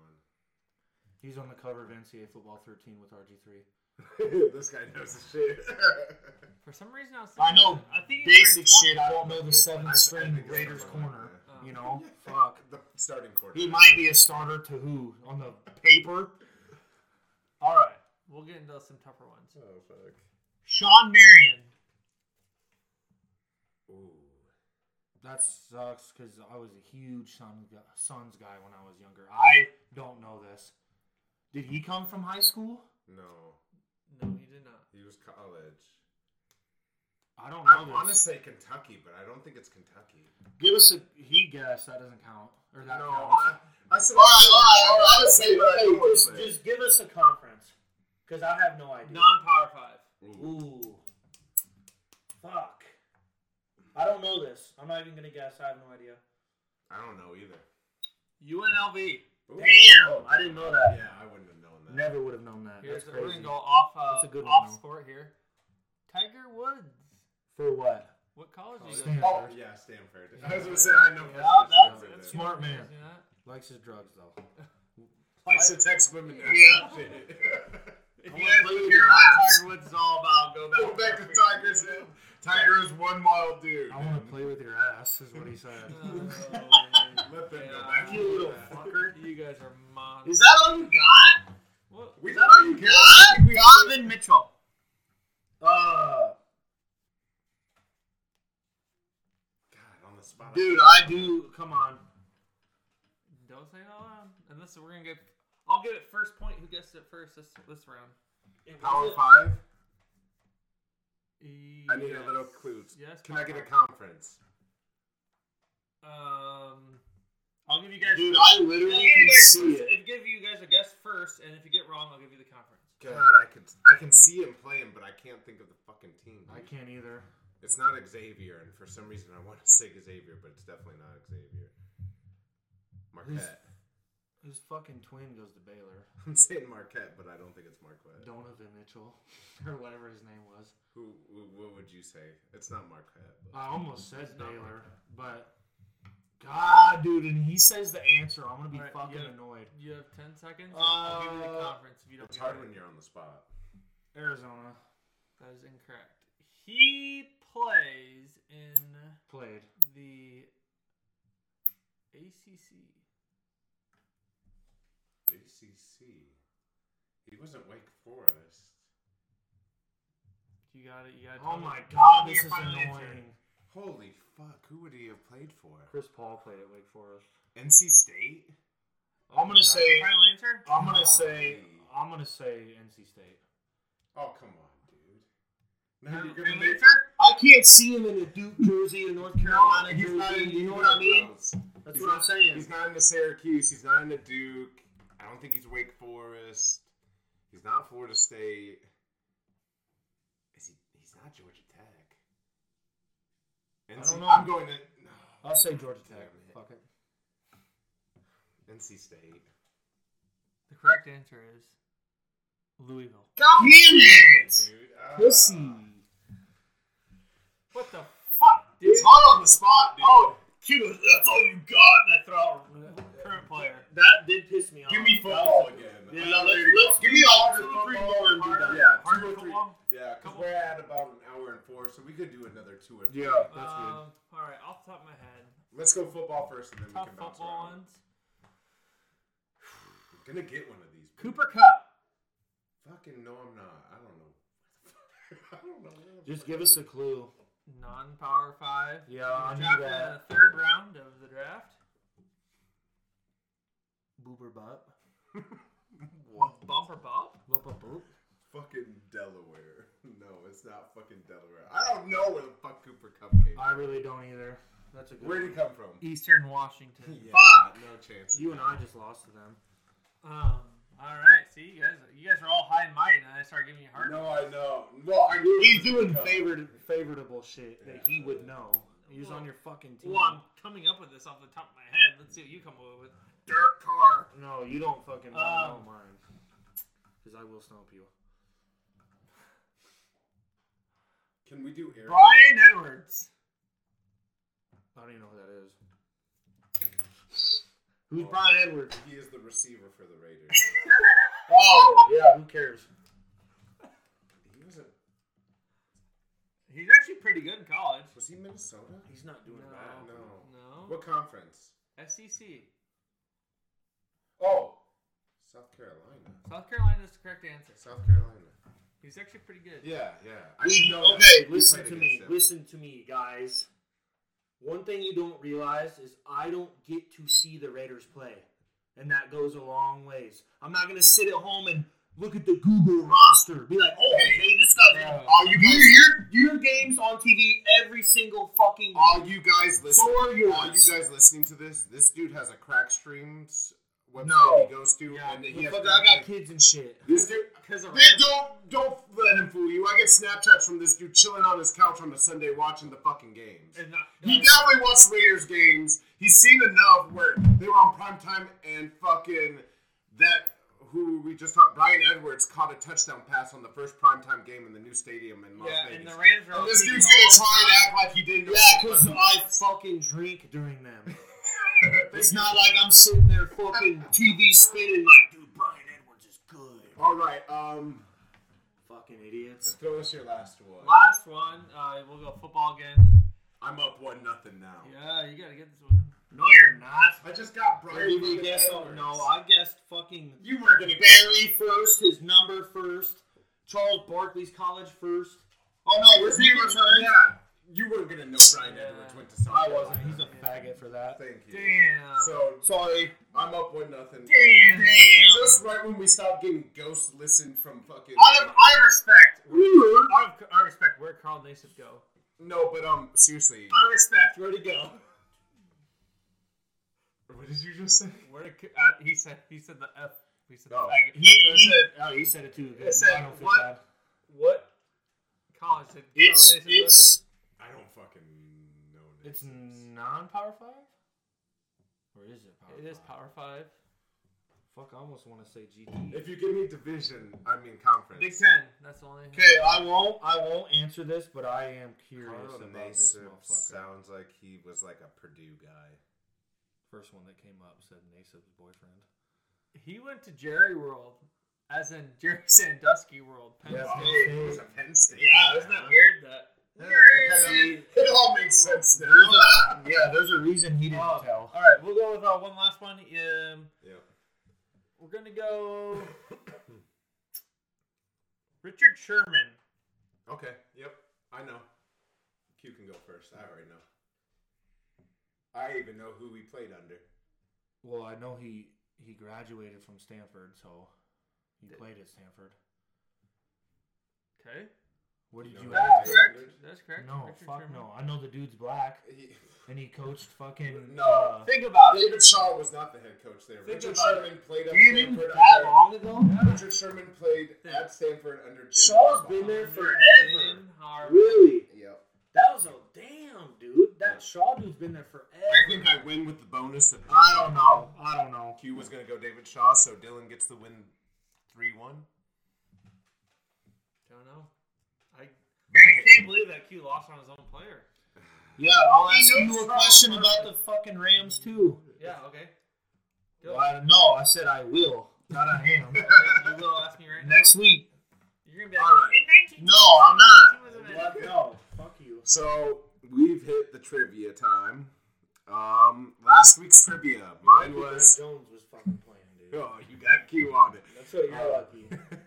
He's on the cover of NCAA Football 13 with RG3.
this guy knows his shit.
For some reason, I was
I
thinking-
know
I think he's
Basic
wearing
shit. I don't know the
I
seventh string
think it's
Raiders
something like
corner.
that.
You know, fuck.
the starting quarterback.
He might be a starter to who on the paper.
All right, we'll get into some tougher ones.
Oh, fuck.
Sean Marion.
Ooh.
That sucks because I was a huge Sun gu- Suns guy when I was younger. I don't know this. Did he come from high school?
No,
No, he did not.
he was college.
I don't
I
know
want to
this.
say Kentucky, but I don't think it's Kentucky.
Give us a he guess. That doesn't count. Or that
No,
counts.
I, I said. All right, all right, I'm gonna say what I want to
Just,
say.
just give us a conference, because I have no idea.
Non-power five.
Ooh.
Ooh, fuck! I don't know this. I'm not even gonna guess. I have no idea.
I don't know either.
UNLV.
Ooh.
Damn, I didn't know that.
Yeah, I wouldn't have known that.
Never would have known that.
Here's
That's
we're
crazy.
gonna go off. Uh,
That's a good
off
one, though.
sport here. Tiger Woods.
For what?
What college did you go
Stanford.
to?
Oh, yeah, Stanford. I was gonna say I know. Stanford.
Yeah, that's-
Stanford.
that's-
Smart man.
You know that?
Likes his drugs though.
Likes to text women. now.
If you guys want to hear what Tiger Woods is all about, go back.
Go back to Tigers. Hill. Tiger is one wild dude.
I want to play with your ass, is what he said.
Let them go
Yeah.
back.
You
to
little
that.
Oh, you guys are monsters.
Is that all you got?
What?
We thought you got. it. We
Donovan Mitchell.
uh,
God, on the spot.
dude, I do. Come on.
Don't say it out loud. Unless we're gonna get. I'll give it first point. Who gets it first this this round?
Power five. I need a
E? Yes.
little clue.
Yes.
Can I get a
Papa.
conference?
Um.
I'll give you guys.
Dude, I literally
I'll give you
can
guys-
see it.
I'll give you guys a guess first, and if you get wrong, I'll give you the conference.
God, I could. I can see him playing, but I can't think of the fucking team.
I can't either.
It's not Xavier, and for some reason I want to say Xavier, but it's definitely not Xavier. Marquette.
His fucking twin goes to Baylor.
I'm saying Marquette, but I don't think it's Marquette.
Donovan Mitchell, or whatever his name was.
Who, who? What would you say? It's not Marquette. But
I almost said
It's not
Baylor, but God, dude, and he says the answer. I'm gonna be
Alright,
fucking
yeah.
annoyed.
You have ten seconds. I'll give you the
Uh,
conference if you don't.
it's
get
hard
it.
when you're on the spot.
Arizona
That is incorrect. He plays in
played.
the ACC.
ACC. He wasn't Wake Forest.
You got it. You got it.
Oh
Tony.
my God,
me
this
your
is
final
annoying.
answer.
Holy fuck! Who would he have played for?
Chris Paul played at Wake Forest.
NC State.
I'm gonna
Is that
say.
your final answer?
I'm gonna say. I'm gonna say NC State.
Oh come on, dude. Now
Who
you're
did-
gonna
who
make
did you-
I can't see him in a Duke jersey in North Carolina.
He's not in.
you know what I mean?
Browns.
That's
He's
what I'm
not-
saying.
He's not in the Syracuse. He's not in the Duke. I don't think he's Wake Forest. He's not Florida State. Is he? He's not Georgia Tech. NC,
don't know.
I'm going to no,
I'll say Georgia Tech.
Damn it.
Fuck it.
NC State.
The correct answer is
Louisville.
God damn it!
dude. Ah.
Pussy.
What the?
It's hot on the spot, dude.
Oh, Q, that's all you got? And I throw out
Current player.
That did piss me off.
Give me football again.
Yeah,
I'm
let's-
ready to
let's
go.
give me all
Two
two
or
or
three
more and do
Yeah,
that.
two or three. Yeah, because we're at about an hour and four, so we could do another two or three.
Yeah, that's
um,
good.
All right, off the top of my head,
Let's go football first, and then we
top
can bounce
football
around.
ones.
I'm gonna get one of these. dude.
Cooper Cup.
Fucking no, I'm not. I don't know. I don't know. where the
Just
fuck
give
it
us
is.
a clue.
Non-power five.
Yeah, I knew
Drafted in
that.
the third round of the draft.
Boober butt.
What?
Bumper bump.
Loop a boop.
Fucking Delaware. No, it's not fucking Delaware. I don't know where the fuck Cooper Cup came. from.
I really don't either. That's a good.
Where did he come from?
Eastern Washington.
Yeah,
Fuck.
no chance.
You and I just lost to them.
Um. All right. See, you guys, you guys are all high and mighty, and I start giving you a hard.
No, I know. Well, I knew.
He's
Cooper
doing
Kupp.
favored, favorable shit that he would know. He was
Well-
on your fucking team.
Well, I'm coming up with this off the top of my head. Let's see what you come up with. Dirt car.
No, you don't fucking know
Um,
mine. Because I will stomp you.
Can we do Aaron?
Brian Edwards.
I don't even know who that is. Who's
Oh.
Brian Edwards?
He is the receiver for the Raiders.
Oh, yeah, who cares?
he wasn't.
He's actually pretty good in college.
Was he Minnesota?
He's not doing
No.
bad.
No.
No. E
What conference?
SEC.
Oh, South Carolina.
South Carolina is the correct answer.
South Carolina.
He's actually pretty good.
Yeah, yeah.
We,
know that.
okay,
We
listen
played
to
against
me.
them.
Listen to me, guys. One thing you don't realize is I don't get to see the Raiders play. And that goes a long ways. I'm not going to sit at home and look at the Google roster. Be like, oh,
Okay, hey, this guy's
Yeah.
Are you guys here?
your game's on TV every single fucking
All Oh, you guys listening,
So are yours.
all you guys listening to this, this dude has a crack streams website
No.
he goes to, and he has
Fuck,
crack
I got
streams.
kids and shit.
this dude.
Because of
Man, don't don't let him fool you. I get Snapchats from this dude chilling on his couch on a Sunday watching the fucking games.
and not,
He definitely watched Raiders games. He's seen enough where they were on prime time and fucking that who we just talked Brian Edwards caught a touchdown pass on the first prime time game in the new stadium in Las
yeah,
Vegas.
and the Rams
Oh,
are. all
And this
cheating
dude's gonna
all the
try
time.
and act like he didn't know.
Yeah, because I fucking drink during them.
Thank
It's
you.
not like I'm sitting there fucking TV spinning like, dude, Brian Edwards is good.
All right, um,
Fucking idiots.
throw us your last one.
Last one. Uh, we'll go football again.
I'm up one nothing now.
Yeah, you gotta get this one.
No, you're not.
I just got Brian.
Barely
fucking
guess.
Edwards.
No, I guessed fucking
You were gonna get.
Barry first, his number first, Charles Barkley's college first.
Oh no, was he returned? Yeah, you weren't gonna know Brian
Yeah.
Edwards went to South
I wasn't.
Carolina.
He's a faggot for that.
Thank you.
Damn.
So sorry, I'm up one nothing.
Damn.
Just right when we stop getting ghost listened from fucking.
Out of I respect.
I, I respect where Carl Nassib go.
no, but um, seriously,
I respect.
where'd he go? What did you just say?
Where did, uh, he said he said the F. He said
No.
the faggot.
I said, oh, he said it too. Good.
said,
Now I don't feel
what?
bad.
What college did
It's,
Carl Nassib
it's,
I don't fucking know.
It's
names.
non-power five, or is it?
go
Power
to? It is
five?
Power Five.
Fuck, I almost want to say GT.
If you give me division, I mean conference.
Big Ten. That's the only.
Okay, I won't. I won't answer this, but I am curious
Carl
about this
Nassib
motherfucker.
sounds like he was like a Purdue guy.
First one that came up said Nasib's boyfriend.
He went to Jerry World, as in Jerry Sandusky World. Penn
Yeah,
State.
Hey, he was a Penn State.
Yeah, isn't that weird? That
Yeah, it all makes sense now.
Yeah, there's a reason he didn't
Oh,
tell.
All right, we'll go with uh, one last one. Um,
yeah.
we're gonna go Richard Sherman.
Okay. Yep. I know. Q can go first. I already know. I even know who he played under.
Well, I know he he graduated from Stanford, so he played at Stanford.
Okay,
What did
You
you
know who
ask?
he played under?
that's correct.
No,
Richard
fuck
Sherman.
no. I know the dude's black,
He-
and he coached fucking.
No.
uh,
Think about it.
David Shaw was not the head coach there. Richard Sherman played at
didn't
Stanford.
that
Under,
long ago.
Richard Sherman played at Stanford under Jim.
Shaw's
Harbaugh.
been there forever.
Jim Harbaugh.
Really?
Yep.
That was a damn dude. That Shaw dude's been there
I
forever.
think I win with the bonus of
I don't know. I don't know.
Q was gonna go David Shaw, so Dylan gets the win, three one.
Don't know. I
I can't believe that Q lost on his own player.
Yeah, I'll
He
ask
knows
you a
Carl
question about the fucking Rams too.
Yeah, okay.
Well, I, no, I said I will, not I am.
You will ask me right now.
Next week.
You're gonna be like, Oh, in 19.
No, I'm not.
he was in it."
What? No, fuck you.
So we've hit the trivia time. Um, last week's trivia, mine was.
Jones was fucking playing, dude.
Oh, you got Q on it.
That's what you're lucky.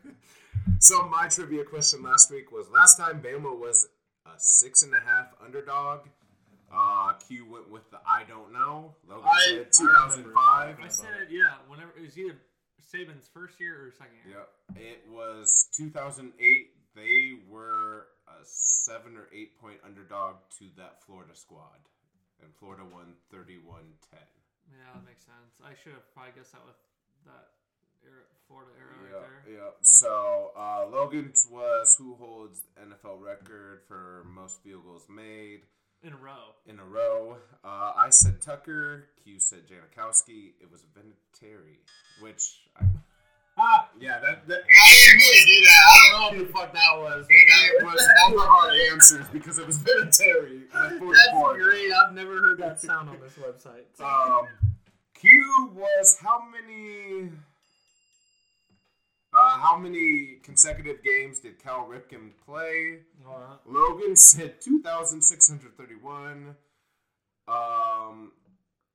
So my trivia question last week was: Last time Bama was a six and a half underdog. Uh, Q went with the I don't know. Logan
I-
said 2005.
I said, yeah, whenever it was either Saban's first year or second year.
Yep. It was 2008. They were a seven or eight point underdog to that Florida squad. And Florida won 31 10.
Yeah, that makes sense. I should have probably guessed that with that era, Florida era right there.
Yep, yep. So uh, Logan was who holds the NFL record for most field goals made
In a row.
in a row. Uh, I said Tucker. Q said Janikowski. It was Vinatieri, which I. yeah, that, that
I didn't really do that. I don't know who Oh, the fuck that was. but that-
it was both of our answers because it was Vinatieri. at 44.
That's great. I've never heard that sound on this website.
Um, Q was how many? Uh, how many consecutive games did Cal Ripken play? Logan said 2,631. Um,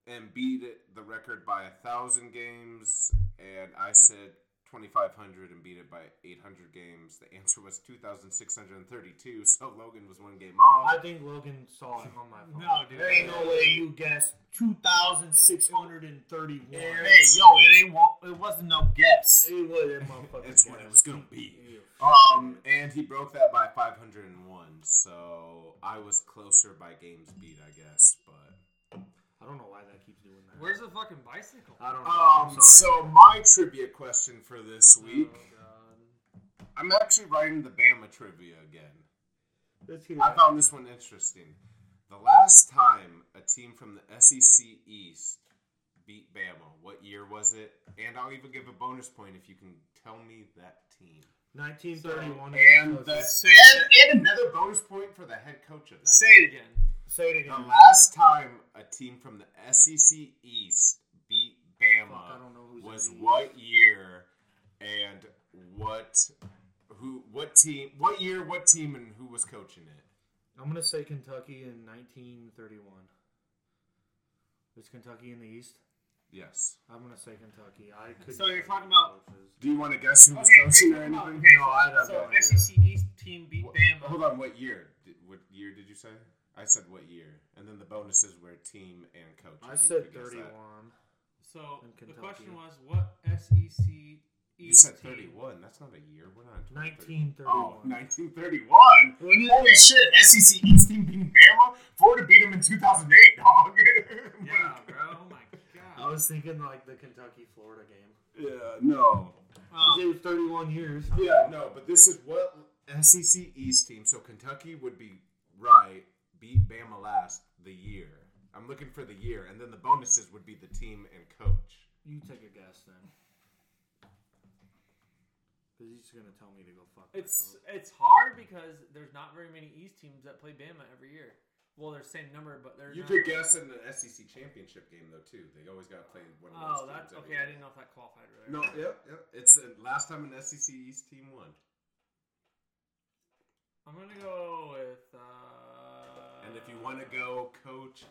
and beat it, the record by a thousand games. And I said 2,500 and beat it by 800 games. The answer was 2,632. So Logan was one game off.
I think Logan saw it on my phone.
No, dude.
There ain't no way you guessed 2,631.
Hey, yo, it ain't. wa- It wasn't no guess.
Hey, what that motherfucker
That's what it
guessed.
was gonna be. Um, and he broke that by 501. So I was closer by games beat, I guess. But
I don't know why that keeps doing that.
Where's the fucking bicycle?
I don't know. I'm
um,
sorry.
so my trivia question for this week,
Oh,
I'm actually writing the Bama trivia again.
Let's hear
I
it.
found this one interesting. The last time a team from the SEC East beat Bama, what year was it? And I'll even give a bonus point if you can tell me that team.
1931.
And the, and, and another bonus point for the head coach of that.
Say it again.
Say it
The
again.
last time a team from the SEC East beat
Fuck, I
Bama
don't know who's
was
in the-
what year and what who what team what year what team and who was coaching it?
I'm gonna say Kentucky in 1931. Is Kentucky in the East?
Yes.
I'm gonna say Kentucky. I could.
So you're talking about-
Do you want to guess who was coaching or anything?
No, I don't
So
know.
E
SEC East team beat
What-
Bama.
Hold on, what year? Did, what year did you say? I said what year, and then the bonuses were team and coach.
I
if you
said
could guess
31.
that.
So
And
the
Kentucky.
question was, what SEC
You
East
said
team?
31. That's not a year. We're not. in
1931.
Oh, 1931. Holy shit! SEC East team beating Bama. Florida beat them in 2008, dog.
Yeah, bro. Oh my
I
god.
was thinking like the Kentucky Florida game.
yeah. No.
'Cause it was 31 years.
Yeah. No. But this is what SEC East team. So Kentucky would be right. Beat Bama last the year. I'm looking for the year, and then the bonuses would be the team and coach.
You take a guess then. Because he's gonna tell me to go fuck
It's
myself.
it's hard because there's not very many East teams that play Bama every year. Well, they're the same number, but they're
You
not-
could guess in the SEC championship game though too. They always got to play one of those
Oh, that's
teams every
okay. I
year.
didn't know if that qualified. Right.
No, yep, yep. It's the last time an SEC East team won,
I'm gonna go with. Uh,
and if you want to go coach,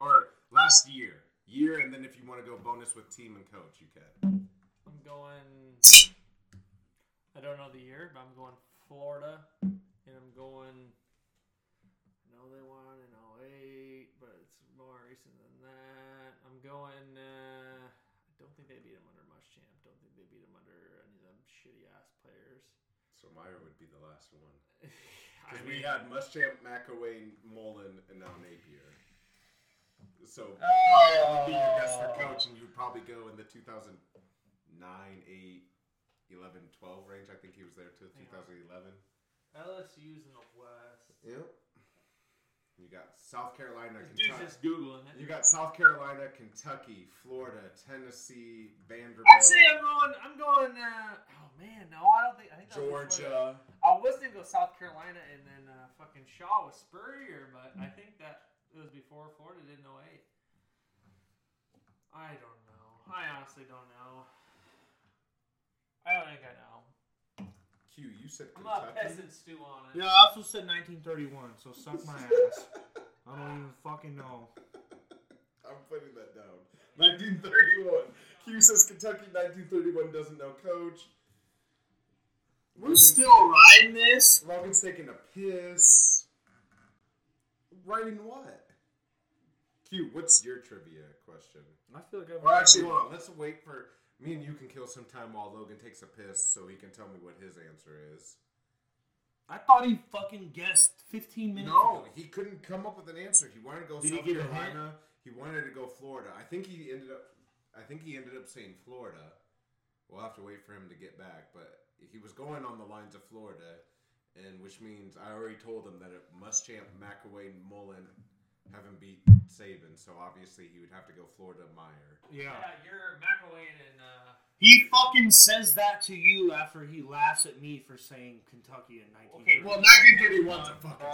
or last year, year, and then if you want to go bonus with team and coach, you can.
I'm going. I don't know the year, but I'm going Florida, and I'm going. I know they won in 08, but it's more recent than that. I'm going. Uh, I don't think they beat him under Muschamp. Don't think they beat him under any of them shitty ass players.
So Meyer would be the last one.
I
Because we
mean,
had Muschamp, McAway, Mullen, and now Napier. So
Oh,
Meyer would be your guess for coach, and you would probably go in the 2009, 8, 11, 12 range. I think he was there till
Hang on.
2011.
LSU's in the West.
Yep. You got South Carolina,
Dude's
Kentucky.
just googling it.
You got South Carolina, Kentucky, Florida, Tennessee, Vanderbilt,
I'd say I'm going. I'm going. Uh, oh man, no, I don't think. I think that was Florida.
Georgia.
I was gonna go South Carolina and then uh, fucking Shaw with Spurrier, but I think that it was before Florida did in 08. I don't know. I honestly don't know. I don't think I know.
Q, you said
I'm
Kentucky.
not peasant stew on it.
Yeah, I also said 1931, so suck my ass. I don't even fucking know.
I'm putting that down. 1931. Q says Kentucky 1931 doesn't know coach.
We're still riding this.
Logan's taking a piss. Writing what? Q, what's your trivia question?
I feel like I'm.
Or actually, hold on. Let's wait for me and you can kill some time while Logan takes a piss, so he can tell me what his answer is.
I thought he fucking guessed 15 minutes
No, he couldn't come up with an answer. He wanted to go
Did he
South
get a hint?
Carolina. He wanted to go Florida. I think he ended up. I think he ended up saying Florida. We'll have to wait for him to get back, but he was going on the lines of Florida, and which means I already told him that it must champ McAway Mullen haven't beat Saban, so obviously he would have to go Florida Meyer.
Yeah.
Yeah, you're McElwain and uh,
He fucking says that to you after he laughs at me for saying Kentucky in
Okay,
1931.
Well, 1931's a fucking.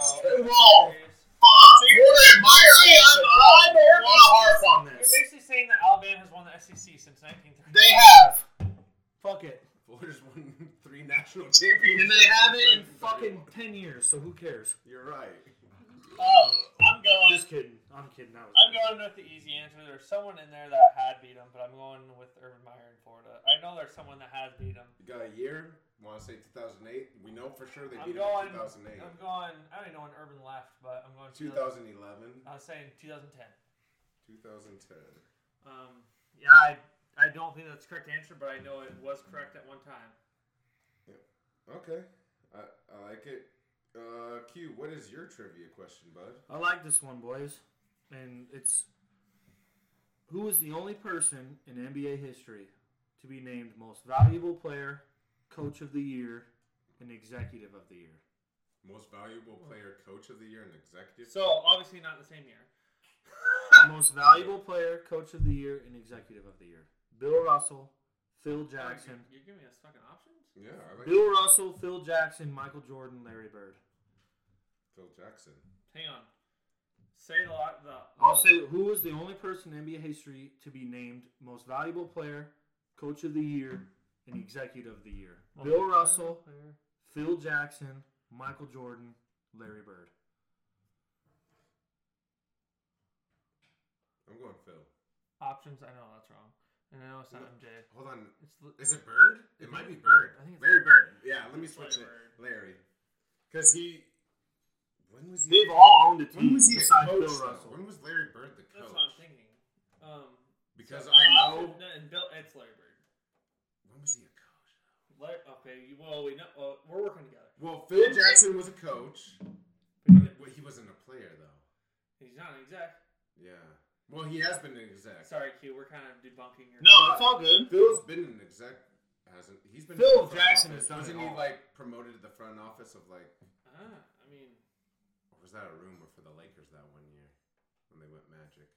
Whoa, fuck.
Sirius.
Florida Meyer. I'm, I'm, I'm on a harp on
You're
this.
basically saying that Alabama has won the SEC since 1930.
They have.
Fuck it.
Florida's won three national championships.
And they have it in
Fucking 10 years, so who cares?
You're right.
Oh, I'm going.
Just kidding. I'm kidding. That was
I'm going with the easy answer. There's someone in there that had beat him, but I'm going with Urban Meyer in Florida. I know there's someone that has beat him.
You got a year. Want to say 2008? We know for sure they
I'm
beat
going.
him in 2008.
I'm going. I don't even know when Urban left, but I'm going.
2011,
I was saying 2010.
2010.
Um, yeah, I I don't think that's the correct answer, but I know it was correct at one time.
Okay, I, I like it. Uh, Q, what is your trivia question, bud?
I like this one, boys. And it's who was the only person in NBA history to be named most valuable player, coach of the year, and executive of the year?
Most valuable player, coach of the year, and executive.
So obviously not the same year.
most valuable player, coach of the year, and executive of the year. Bill Russell, Phil Jackson.
You're giving us fucking options.
yeah, I like
Bill Russell, Phil Jackson, Michael Jordan, Larry Bird.
Phil Jackson.
Hang on. Say the lot the.
I'll say who was the only person in NBA history to be named most valuable player, coach of the year, and executive of the year. Bill Russell, Phil Jackson, Michael Jordan, Larry Bird.
I'm going Phil.
options. I know that's wrong, and I know it's not MJ.
Hold on,
It's li-
is it Bird? It might be Bird.
I think it's
Larry Bird. Yeah, let me switch it. Larry, because he. When was he?
They've all owned a team
When was he a
besides
coach?
Bill
though?
Russell.
When was Larry Bird the
that's
coach?
what I'm thinking. Um,
Because
so-
I know.
No, and Bill, it's Larry Bird.
When was he a coach?
Larry, okay, you, well we know well, we're working together.
Well, Phil Jackson was a coach. Well, he wasn't a player though.
He's not an exec.
Yeah. Well, he has been an exec.
Sorry, Q. We're kind of debunking your.
No, it's all good.
Phil's been an exec, hasn't he's been
Phil
in the front
Jackson
office.
has done
Wasn't
it
he
all.
like promoted to the front office of like,
Ah, I mean,
or was that a rumor for the Lakers that one year when they went Magic?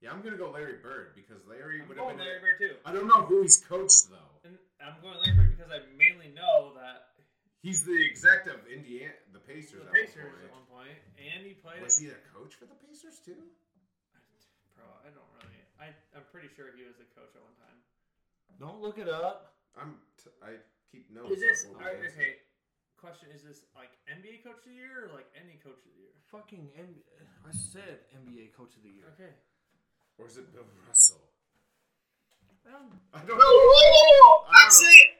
Yeah, I'm gonna go Larry Bird because Larry
I'm
would have
going
been.
Larry Bird too.
I don't know who he's coached though.
And I'm going Larry Bird because I mainly know that
He's the exec of Indiana, the Pacers. at
the
one
Pacers
point.
at one point, and he played.
Was he a coach for the Pacers too?
Bro, I don't really. I I'm pretty sure he was a coach at one time.
Don't look it up.
I'm. T- I keep notes. of
Is this
what we
alright,
answered.
okay? Question: Is this like NBA coach of the year or like any coach of the year?
Fucking M- I said NBA coach of the year.
Okay.
Or is it Bill Russell?
Um,
I don't
Whoa, whoa, whoa, whoa. Actually,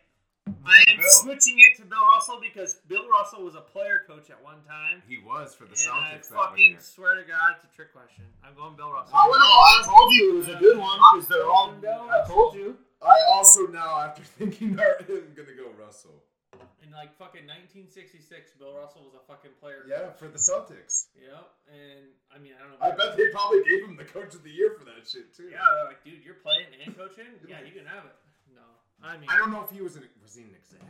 I am
Bill.
switching it to Bill Russell because Bill Russell was a player coach at one time.
He was for the
and I
Celtics that one
fucking
year.
swear to God, it's a trick question. I'm going Bill Russell.
I would've- I told you it was a good one because they're all.
I told you.
I also now, after thinking, that, I'm gonna go Russell.
In like fucking 1966, Bill Russell was a fucking player.
Yeah, for the Celtics.
Yep. And I mean, I don't know.
I bet they probably gave him the coach of the year for that shit too.
Yeah, they're like, dude, you're playing and coaching. Yeah, you can have it. No, I mean,
I don't know if he was an was he an exec.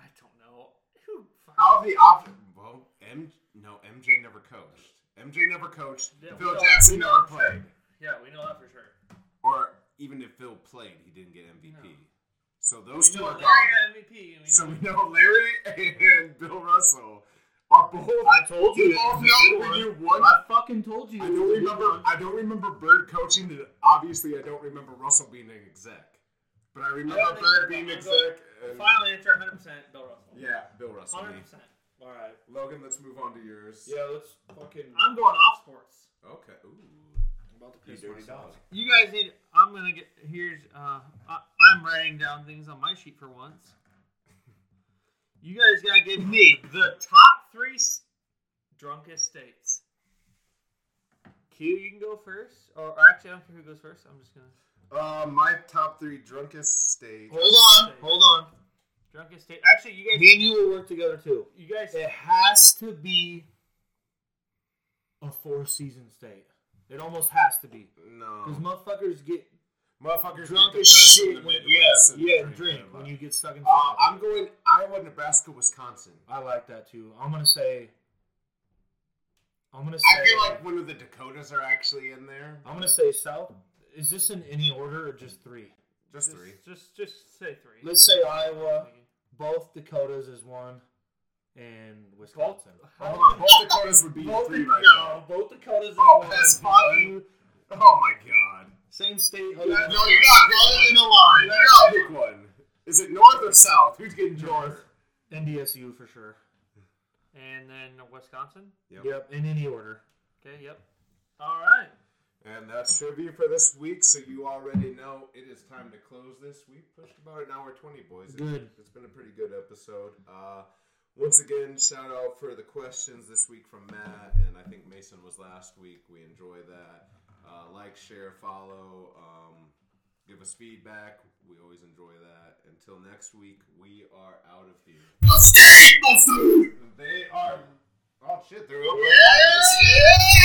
I don't know. Who fuck?
Out of the option. Well, M. No, MJ never coached. MJ never coached.
Yeah,
Phil
we know-
Jackson
we
never
know for
played.
Yeah, we know that for sure.
Or even if Phil played, he didn't get MVP.
No.
So those
We
two
know
are
Larry
gone.
got MVP. And we
So
know
we know Larry and Bill Russell are both. I told you. Both know we do one.
I fucking told you.
I don't remember. I don't remember Bird coaching. and Obviously, I don't remember Russell being an exec, but I remember
I don't think
Bird
Bird
being
got
exec.
one. the
And,
final answer 100% Bill Russell.
yeah, Bill Russell.
100%.
me.
All right.
Logan, let's move on to yours.
Yeah, let's fucking.
I'm going off sports.
Okay. Ooh. You
piss
dirty
myself.
dog.
You guys need. I'm gonna get. Here's. Uh, I, I'm writing down things on my sheet for once. You guys gotta give me the top three s- drunkest states. Q, you can go first, or, or actually, I don't care who goes first. I'm just gonna.
Uh, my top three drunkest states.
Hold on, hold on. Drunkest state. Actually, you guys.
Me and you will work together too.
You guys.
It has to be a four season state. It almost has to be. Because
No.
motherfuckers get
Motherfuckers
drunk
get
as
depressed in
shit
the
when yeah,
Midwest and
yeah,
drink
drink
their
when
life.
you get stuck in
Uh,
traffic.
I'm going Iowa, Nebraska, Wisconsin.
I like that too. I'm gonna say I'm gonna say
I feel like one of the Dakotas are actually in there.
I'm gonna say South. Is this in any order or just three?
Just three.
Just, just say three.
Let's say Iowa, both Dakotas is one, and Wisconsin.
Hold on. Both Dakotas would be three right now.
both Dakotas is
Oh,
one.
that's fine. Oh my god.
Same state.
No, you're not. You're in a line. You gotta pick one. Is it north or south? Who's getting north?
NDSU for sure.
And then Wisconsin.
Yep.
Yep, in any order.
Okay. Yep. All right.
And that's trivia for this week. So you already know it is time to close this. We pushed about an hour twenty, boys. It's-
Good.
It's been a pretty good episode. Uh, once again, shout out for the questions this week from Matt, and I think Mason was last week. We enjoy that. Uh, like, share, follow, um, give us feedback. We always enjoy that. Until next week, we are out of here. They are. Oh shit! They're over.
Yeah. Oh.